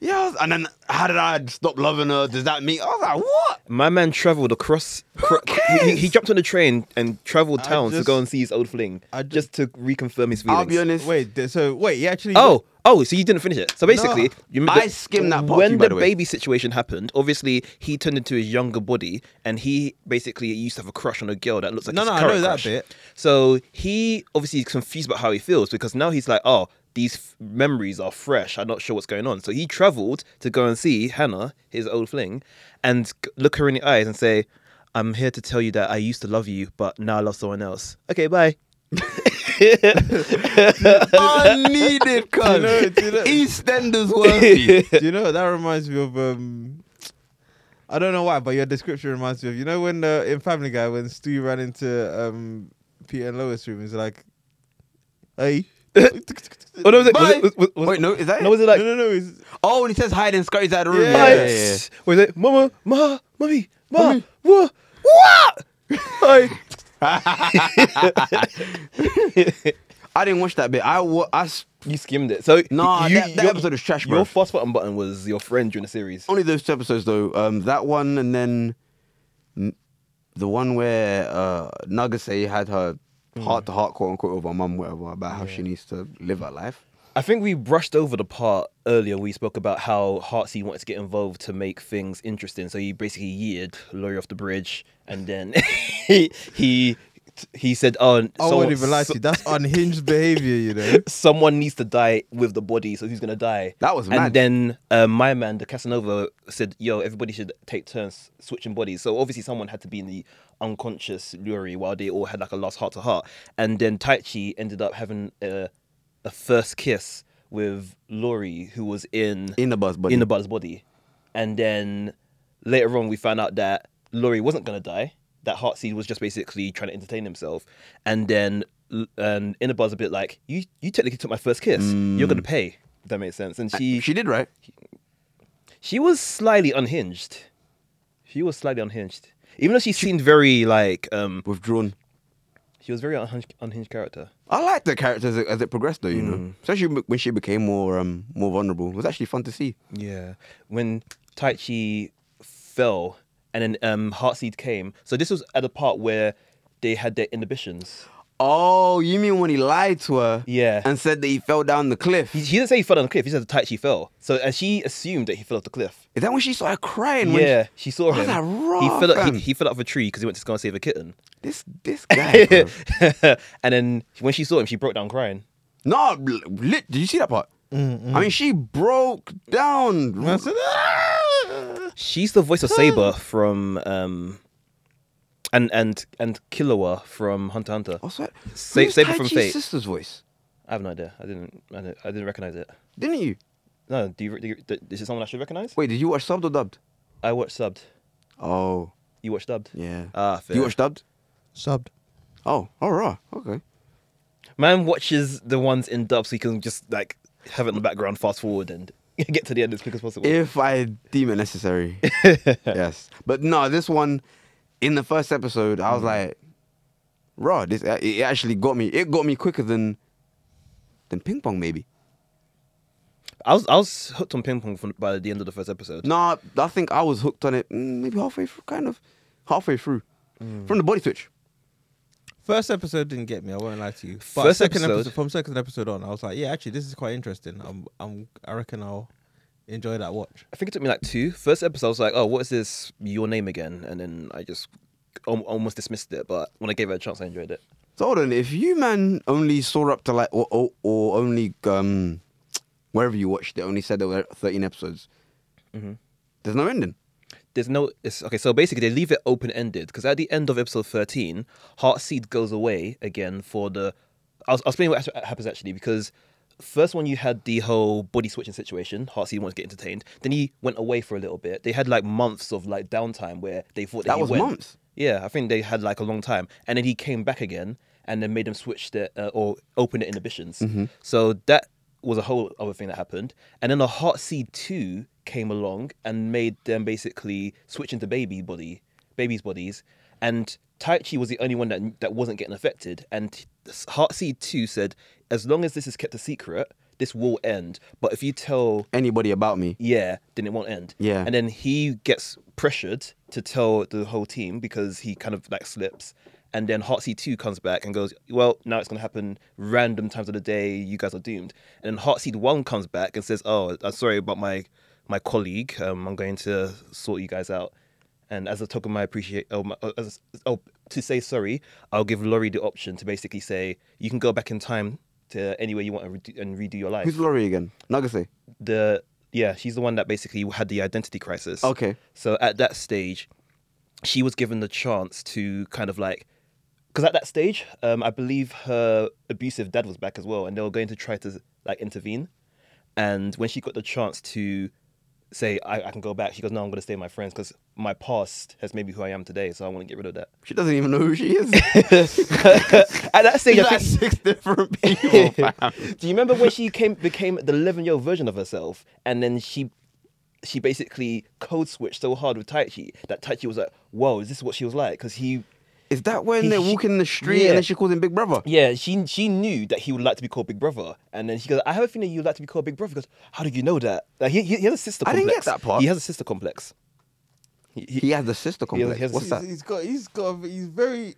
S1: yeah, I was- and then how did I stop loving her? Does that mean I was like, what?
S2: My man travelled across. cro- he,
S1: cares?
S2: he jumped on a train and travelled
S3: I
S2: towns to
S3: just-
S2: go and see his old fling,
S3: I
S2: just, to reconfirm his feelings.
S1: I'll be honest.
S3: Wait, th- so wait, he actually.
S2: Oh, oh, so you didn't finish it. So basically,
S3: No.
S2: you,
S1: I skimmed that part
S2: When
S1: too,
S2: the
S1: by the way.
S2: baby situation happened, obviously he turned into his younger body, and he basically used to have a crush on a girl that looks like
S3: No,
S2: his
S3: no, I
S2: current
S3: know that
S2: crush.
S3: bit.
S2: So he obviously is confused about how he feels because now he's like, oh, these f- memories are fresh. I'm not sure what's going on. So he travelled to go and see Hannah, his old fling, and g- look her in the eyes and say. I'm here to tell you that I used to love you, but now I love someone else. Okay, bye.
S1: Unneeded, cuz.
S3: You know, do you know-
S1: EastEnders worthy.
S3: *laughs* Do you know that reminds me of um I don't know why, but your description reminds me of you know when uh, in Family Guy when Stu ran into um Peter and Lois' room, he's like,
S1: *laughs*
S3: "Hey,
S2: Oh, no, was it, was
S1: Bye.
S2: it, was, was, was,
S1: Wait, no, is that
S2: no,
S1: it?
S2: was it like
S3: no, no, no, he's,
S1: Oh, and he says hide and scurries out of the room.
S3: Yeah.
S1: Yeah, yeah, yeah.
S2: Yes. Was it Mama, Ma, Mummy, Ma, what, what? Hi.
S1: I didn't watch that bit. I wa- I s-
S2: You skimmed it. So
S1: Nah,
S2: you,
S1: that- that
S2: your-
S1: episode is trash,
S2: Your
S1: bruv.
S2: fast button button was your friend during the series.
S1: only those two episodes though. Um, that one and then n- the one where uh, Nagase had her heart to heart, quote unquote, with her mum, whatever, about how she needs to live her life.
S2: I think we brushed over the part earlier where we spoke about how Heartsy wanted to get involved to make things interesting. So he basically yeared Lawyer off the bridge, and then *laughs* he he he said, "Oh,
S3: I
S2: someone-
S3: won't even lie to you. That's unhinged behavior, you
S1: *laughs*
S3: know."
S2: *laughs* someone needs to die with the body, so who's gonna die?
S1: That was
S2: and
S1: mad.
S2: then uh, my man, the Casanova, said, "Yo, everybody should take turns switching bodies." So obviously, someone had to be in the unconscious lurry while they all had like a last heart to heart. And then Taichi ended up having a, a first kiss with Lori, who was in
S1: In the bus, buddy.
S2: in the butler's body. And then later on, we found out that Laurie wasn't going to die. That Heartseed was just basically trying to entertain himself. And then L- um, Inabar's a bit like, you, you technically took my first kiss. You're going to pay. If that makes sense. And
S1: she
S2: she, Mm. Uh, she
S1: did right.
S2: was slightly unhinged. She was slightly unhinged. Even though she seemed very like um
S1: Withdrawn.
S2: she was very unhinged, unhinged character.
S1: I liked the character as it, as it progressed, though. You know, especially when she became more um more vulnerable. It was actually fun to see.
S2: Yeah. When Tai Chi fell and then um, Heartseed came. So this was at a part where they had their inhibitions.
S1: Oh, you mean when he lied to her?
S2: Yeah.
S1: And said that he fell down the cliff.
S2: He, he didn't say he fell down the cliff. He said the Tai Chi fell. So and she assumed that he fell off the cliff.
S1: Is that when she started crying? when
S2: yeah, she, saw
S1: Oh,
S2: him.
S1: that
S2: he
S1: raw,
S2: fell. Up,
S1: fam.
S2: he, he fell out of a tree because he went to go and save a kitten.
S1: she- this this guy.
S2: *laughs*
S1: bro.
S2: and then when she saw him, she broke down crying.
S1: no, li- lit. Did you see that part? I mean, she broke down.
S3: I said, "Ah!"
S2: She's the voice
S1: *gasps*
S2: of Saber from um, and and and Killua from Hunter x Hunter.
S1: What's that?
S2: Sa-
S1: Who's
S2: Saber
S1: Tai
S2: from
S1: Chi's
S2: Fate.
S1: sister's voice.
S2: I have no idea. I didn't. I didn't, I didn't recognize it.
S1: Didn't you?
S2: No, do you, do you, do, is it someone I should recognize?
S1: Wait, did you watch subbed or dubbed?
S2: I watched subbed.
S1: Oh,
S2: You watched dubbed.
S1: yeah.
S2: Ah, fair.
S1: you watch dubbed?
S3: Subbed.
S1: Oh, all right. Okay.
S2: Man watches the ones in dub so he can just like have it in the background, fast forward, and *laughs* get to the end as quick as possible.
S1: If I deem it necessary. yes. But no, this one, in the first episode, I was like, raw, this uh, it actually got me. It got me quicker than than ping pong, maybe.
S2: I was I was hooked on ping pong from, by the end of the first episode.
S1: No, I think I was hooked on it mm, maybe halfway through, kind of. Halfway through. From the body switch.
S3: First episode didn't get me. I won't lie to you. But
S2: First
S3: second
S2: episode-
S3: from second episode on, I was like, yeah, actually, this is quite interesting. I'm, I'm, I reckon I'll enjoy that watch.
S2: I think it took me like two. First episode, I was like, oh, what is this? Your name again? And then I just al- almost dismissed it. But when I gave it a chance, I enjoyed it.
S1: So hold on, if you man only saw up to like or or, or only um wherever you watched it only said there were thirteen episodes. There's no ending.
S2: There's no. It's, okay, so basically, they leave it open ended because at the end of episode 13, Heartseed goes away again for the. I'll, I'll explain what actu- happens actually because first one you had the whole body switching situation. Heartseed wanted to get entertained. Then he went away for a little bit. They had like months of like downtime where they thought that,
S1: That
S2: he
S1: was
S2: went.
S1: months.
S2: Yeah, I think they had like a long time, and then he came back again, and then made them switch their uh, or open their inhibitions. So that was a whole other thing that happened, and then the Heart Seed Two came along and made them basically switch into baby body, babies' bodies, and Tai Chi was the only one that that wasn't getting affected, and Heart Seed Two said, as long as this is kept a secret, this will end. But if you tell
S1: Anybody about me.
S2: yeah, then it won't end.
S1: Yeah.
S2: And then he gets pressured to tell the whole team because he kind of like slips. And then Heartsea 2 comes back and goes, Well, now it's going to happen random times of the day. You guys are doomed. And then Heartseed 1 comes back and says, Oh, I'm sorry about my my colleague. Um, I'm going to sort you guys out. And as a token of my appreciate, oh, my, oh, as, oh, to say sorry, I'll give Laurie the option to basically say, You can go back in time to anywhere you want and redo, and redo your life
S1: Who's Laurie again? Nagase.
S2: the yeah, she's the one that basically had the identity crisis.
S1: Okay.
S2: So at that stage, she was given the chance to kind of like, because at that stage, um, I believe her abusive dad was back as well, and they were going to try to like intervene. And when she got the chance to say, I, I can go back, she goes, No, I'm going to stay with my friends because my past has made me who I am today, so I want to get rid of that.
S1: She doesn't even know who she
S2: *laughs*
S1: is.
S2: at that
S1: *laughs*
S2: stage,
S1: She's
S2: I
S1: like
S2: think,
S1: six different people. fam.
S2: *laughs* Do you remember when she came became the eleven year old version of herself, and then she she basically code switched so hard with Taichi that Taichi was like, "Whoa, is this what she was like?" Because he,
S1: Is that when they're
S2: She-
S1: walking in the street
S2: yeah.
S1: and then she calls him Big Brother?
S2: yeah, she she knew that he would like to be called Big Brother, and then she goes, "I have a feeling you would like to be called Big Brother." He goes, "How did you know that?" Like he, he he has a sister.
S1: I didn't
S2: complex.
S1: get that part.
S2: He has a sister complex.
S1: He has the sister
S2: He has-
S1: complex.
S2: he has a
S1: What's
S2: sister-
S1: that? Hmm.
S3: he's got, he's got, he's very,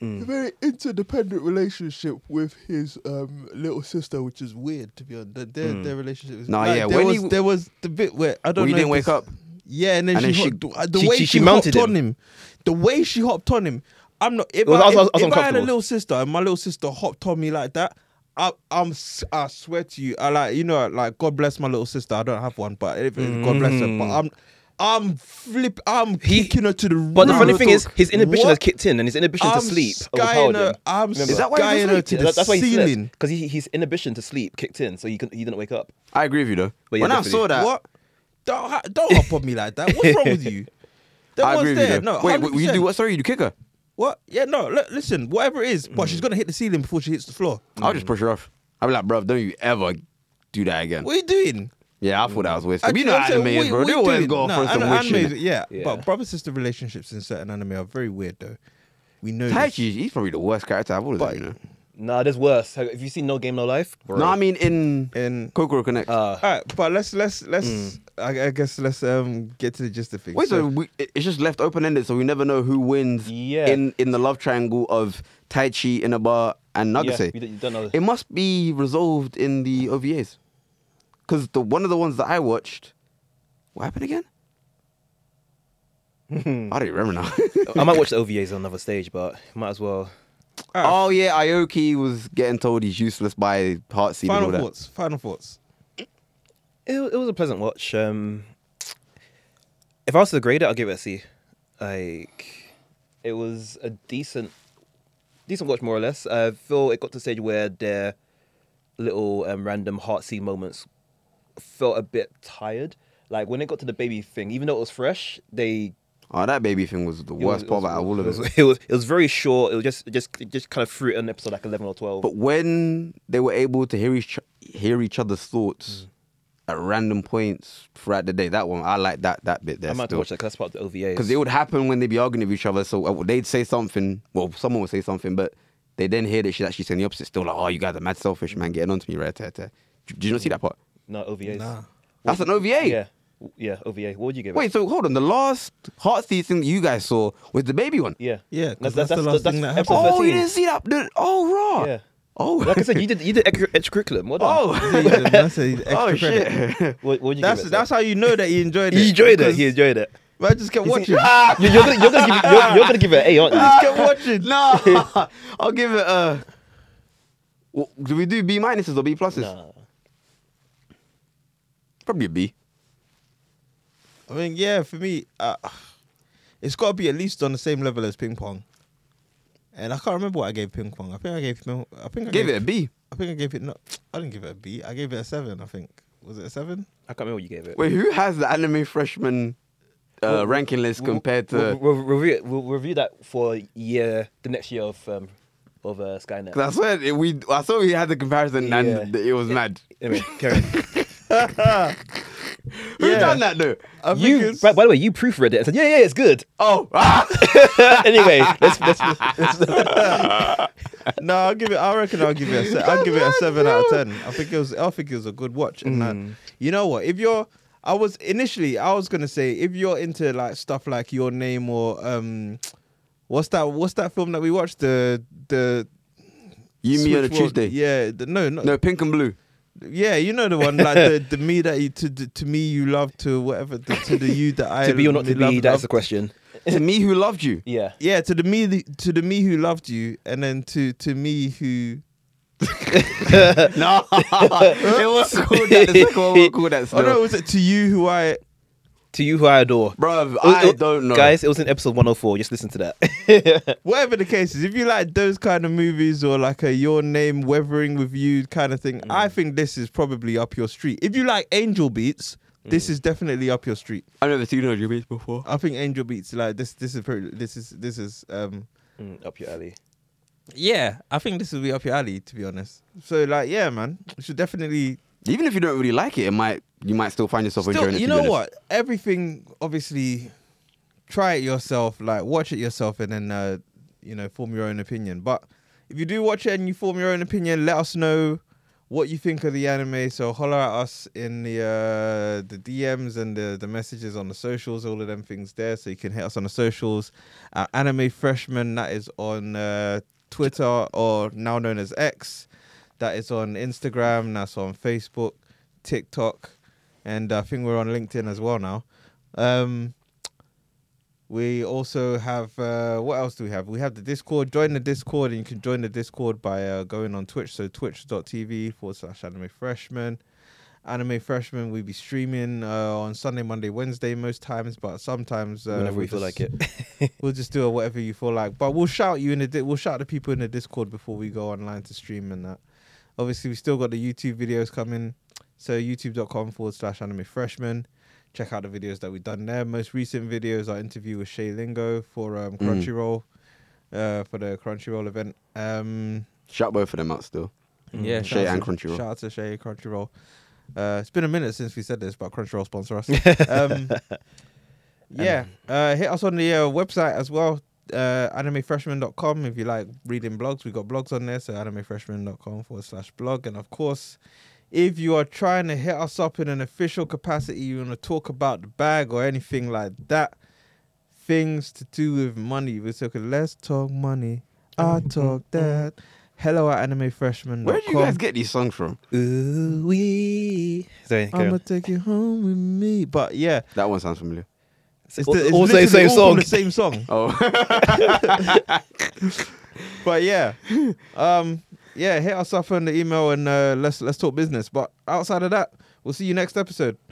S3: very interdependent relationship with his um, little sister, which is weird to be honest. Their, their, their relationship is
S1: Hmm. Nah, yeah,
S3: There
S1: when
S3: was,
S1: he-
S3: there was the bit where I don't
S1: Well, he
S3: know.
S1: didn't
S3: if
S1: wake
S3: this-
S1: up.
S3: Yeah, and then,
S1: And
S3: she,
S1: then she-
S3: hop- the- uh, the
S2: she-
S3: way
S2: she-
S3: she,
S2: she mounted
S3: hopped on
S2: him.
S3: him, the way she hopped on him. I'm not. If,
S2: It was-
S3: I,
S2: I was- I was
S3: if, if I had a
S2: uncomfortable.
S3: little sister and my little sister hopped on me like that, I, I'm. s- I swear to you, I like you know, like God bless my little sister. I don't have one, but if, God bless her. But I'm, I'm flip. I'm
S2: Mm. He-
S3: kicking her to the.
S2: But the
S3: roof.
S2: funny thing is, his inhibition
S3: What?
S2: has kicked in, and his inhibition to
S3: I'm
S2: sleep
S3: skying
S2: overpowered
S3: her-
S2: him.
S3: I'm
S2: Remember?
S1: Is that why he
S3: skying
S1: doesn't
S3: her to
S1: sleep?
S3: the
S2: that's why he
S3: ceiling.
S2: because he, his inhibition to sleep kicked in, so he, couldn't, he didn't wake up.
S1: I agree with you though.
S2: But yeah,
S1: when I
S2: definitely.
S1: saw that,
S3: What? Don't ha- don't hop on me like that. What's wrong with
S2: *laughs*
S3: you? That
S1: I agree
S3: one's
S1: with you.
S3: there.
S1: though.
S3: No,
S1: wait, wait, you
S3: 100%.
S1: do what? Sorry, you kick her.
S3: What? Yeah, no. Look, listen, whatever it is,
S1: Mm.
S3: but she's gonna hit the ceiling before she hits the floor.
S1: I'll
S2: Mm.
S1: just push her off. I'll be like, bruv, don't you ever do that again.
S3: What are you doing?
S1: Yeah, I thought that was
S2: Mm.
S1: weird.
S3: Actually,
S1: you know
S3: I'm
S1: how
S3: saying,
S1: anime is,
S3: what-
S1: bro.
S3: what
S1: They
S3: you
S1: always
S3: doing?
S1: go
S3: No,
S1: for some
S3: an-
S1: weird
S3: animes-
S1: shit.
S3: Yeah,
S2: Yeah.
S3: but brother sister relationships in certain anime are very weird though. We know.
S1: Tai
S3: this.
S1: Chi, he's probably the worst character I've always
S3: But
S1: you know.
S2: Nah, there's worse. Have have you seen No Game No Life?
S1: No, I mean in
S3: And
S1: Kokoro Connect.
S2: Uh,
S3: all right, but let's let's let's. I, I guess let's um get to the gist of things.
S1: Mm. Wait, so
S3: So-
S1: we, it- it's just left open ended, so we never know who wins
S2: Yeah.
S1: in, in the love triangle of Tai Chi, Inaba, and
S2: yeah,
S1: Nagase.
S2: you, don't- you don't know.
S1: It must be resolved in the OVAs. Because the one of the ones that I watched, what happened
S2: *laughs*
S1: again? I don't remember
S2: *laughs*
S1: now. *laughs*
S2: I might watch the OVAs on another stage, but might as well.
S1: oh yeah, Aoki was getting told he's useless by Heartseed and all
S3: final
S1: that.
S3: thoughts.
S1: *laughs*
S3: Final thoughts.
S2: It, it was a pleasant watch. Um, if I was to grade it, I'd give it a C. Like, it was a decent, decent watch more or less. I feel it got to the stage where their little um, random heartsy moments felt a bit tired. Like when it got to the baby thing, even though it was fresh, they
S1: Oh, that baby thing was the
S2: it
S1: worst
S2: was-
S1: part about all of
S2: was-
S1: it.
S2: *laughs* It was it was very short. It was just it just it just kind of threw it on episode like eleven or twelve.
S1: But when they were able to hear each hear each other's thoughts
S2: Mm.
S1: at random points throughout the day, that one I like that that bit there.
S2: I might have to
S1: still.
S2: watch that because that's part of the OVA.
S1: because it would happen when they'd be arguing with each other. So uh, they'd say something, well, someone would say something, but they then hear that she's actually saying the opposite. Still like, oh, you guys are mad selfish, man, getting onto me, right? There, there. Did you not see that part?
S2: no OVAs.
S3: Nah.
S1: That's an OVA.
S2: Mm. Yeah, W- yeah OVA. What would you give it?
S1: Wait, so hold on. The last Heartsease thing that you guys saw was the baby one.
S2: Yeah.
S3: Yeah, 'cause that's the last thing that
S2: episode
S1: Oh, you
S2: 13.
S1: didn't see that? Dude, Oh, raw.
S2: Yeah.
S1: Oh.
S2: Like
S1: *laughs*
S2: I said, you did you did extra, extra curriculum. What?
S1: oh.
S3: That's a- that's a
S1: oh
S3: extra credit.
S1: shit. *laughs*
S2: What would you
S3: That's
S2: give it?
S3: that's how you know that he enjoyed it.
S2: he enjoyed it.
S3: because-
S2: He enjoyed it. Ah!
S3: But I
S1: *laughs*
S3: just kept watching.
S2: You- You're gonna, you're gonna give it, you're, you're gonna give it an A, aren't you?
S3: just
S1: "Ah!" *laughs*
S3: kept *laughs* watching.
S1: no, I'll give it a. Well, do we do B minuses or B pluses?
S2: Nah.
S1: Probably a B.
S3: I mean, yeah, for me, uh, it's got to be at least on the same level as ping pong. And I can't remember what I gave ping pong. I think I gave ping. I think I
S1: Give it a B.
S3: I think I gave it. No, I didn't give it a B. I gave it a seven. I think was it a seven?
S2: I can't remember what you gave it.
S1: Wait, who has the anime freshman uh, ranking list compared to?
S2: We'll, we'll, review it- we'll review that for year the next year of um, of uh, Skynet.
S1: 'Cause I swear it- we, I saw we had the comparison
S2: Yeah.
S1: and it was mad.
S2: Anyway, Karen,
S1: Who
S3: Yeah.
S1: done that though?
S3: I think
S2: you
S3: it's,
S2: by, by the way you proofread it and said yeah yeah it's good. *laughs*
S1: Oh, *laughs* ah!
S2: anyway, let's, let's, let's,
S3: *laughs* no, I'll give it. I reckon I'll give it. A se- I'll give it a seven out of ten. I think it was. I think it was a good watch. And uh,
S1: Mm.
S3: you know what? If you're, I was initially. I was gonna say if you're into like stuff like Your Name or um, what's that? What's that film that we watched? The the
S1: you me on a
S3: Switch World-
S1: Tuesday.
S3: Yeah, the, no, no,
S1: No, pink and blue.
S3: yeah, you know the one like the, the me that you, to the, to me you love to whatever the, to the you that
S2: *laughs*
S3: I
S2: to be or not to
S3: love-
S2: be that's the
S3: love-
S2: question.
S1: to me, who loved you?
S2: Yeah.
S3: yeah to the me the- to the me who loved you and then to to me who
S1: no, *laughs* it was called that. The second one was called that.
S3: oh no
S1: Still.
S3: was it to you who I
S2: To you who I adore.
S1: Bruv,
S2: Oh,
S1: I
S2: oh,
S1: don't know.
S2: Guys, it was in episode 104. Just listen to that. *laughs*
S3: whatever the case is if you like those kind of movies or like a your name weathering with you kind of thing I think this is probably up your street if you like Angel Beats this is definitely up your street
S1: I've never seen Angel Beats before.
S3: I think Angel Beats like this this is probably, this is this is um
S2: Mm, up your alley.
S3: Yeah, I think this will be up your alley, to be honest. So, like, yeah, man, you should definitely.
S1: Even if you don't really like it, it might you might still find yourself
S3: Still,
S1: enjoying it.
S3: you
S1: to be
S3: know
S1: honest.
S3: what? Everything, obviously, try it yourself, like, watch it yourself, and then, uh, you know, form your own opinion. But if you do watch it and you form your own opinion, let us know what you think of the anime. So, holler at us in the uh, the DMs and the, the messages on the socials, all of them things there. So, you can hit us on the socials. Uh, anime Freshman, that is on uh, Twitter or now known as X. That is on Instagram. That's on Facebook, TikTok, and I think we're on LinkedIn as well now. Um, we also have uh, what else do we have? We have the Discord. Join the Discord, and you can join the Discord by uh, going on Twitch. So twitch.tv forward slash Anime Freshman. Anime Freshman, we be streaming uh, on Sunday, Monday, Wednesday most times, but sometimes uh,
S2: Whenever we
S3: we'll
S2: feel
S3: just-
S2: like it.
S3: we'll just do it whatever you feel like. But we'll shout you in the di- we'll shout the people in the Discord before we go online to stream and that. Obviously, we still got the YouTube videos coming. So youtube.com forward slash anime freshman. Check out the videos that we've done there. Most recent videos, our interview with Shay Lingo for um, Crunchyroll, uh, for the Crunchyroll event. Um,
S1: Shout both of them out still.
S3: yeah,
S1: Shay
S3: Mm-hmm. shout
S1: and
S3: out to-
S1: Crunchyroll.
S3: Shout out to Shay Crunchyroll. Uh, it's been a minute since we said this, but
S1: *laughs*
S3: Crunchyroll sponsor us. um, yeah, uh, hit us on the uh, website as well. uh, animefreshman.com if you like reading blogs. We got blogs on there, so animefreshman.com forward slash blog. And of course, if you are trying to hit us up in an official capacity, you want to talk about the bag or anything like that, things to do with money. We're talking, let's talk money. I talk that. Hello at animefreshman.com.
S1: Where do you guys get these songs from?
S2: Ooh wee. Sorry,
S3: I'm
S2: carry
S3: gonna
S2: on.
S3: take you home with me. But yeah,
S1: That one sounds familiar.
S3: it's,
S2: Al-
S3: the, it's
S2: also the
S3: literally
S2: same
S3: all
S2: song.
S3: from The same song.
S1: Oh,
S3: *laughs* but yeah, um, yeah, hit us up on the email and uh, let's let's talk business. But outside of that, we'll see you next episode.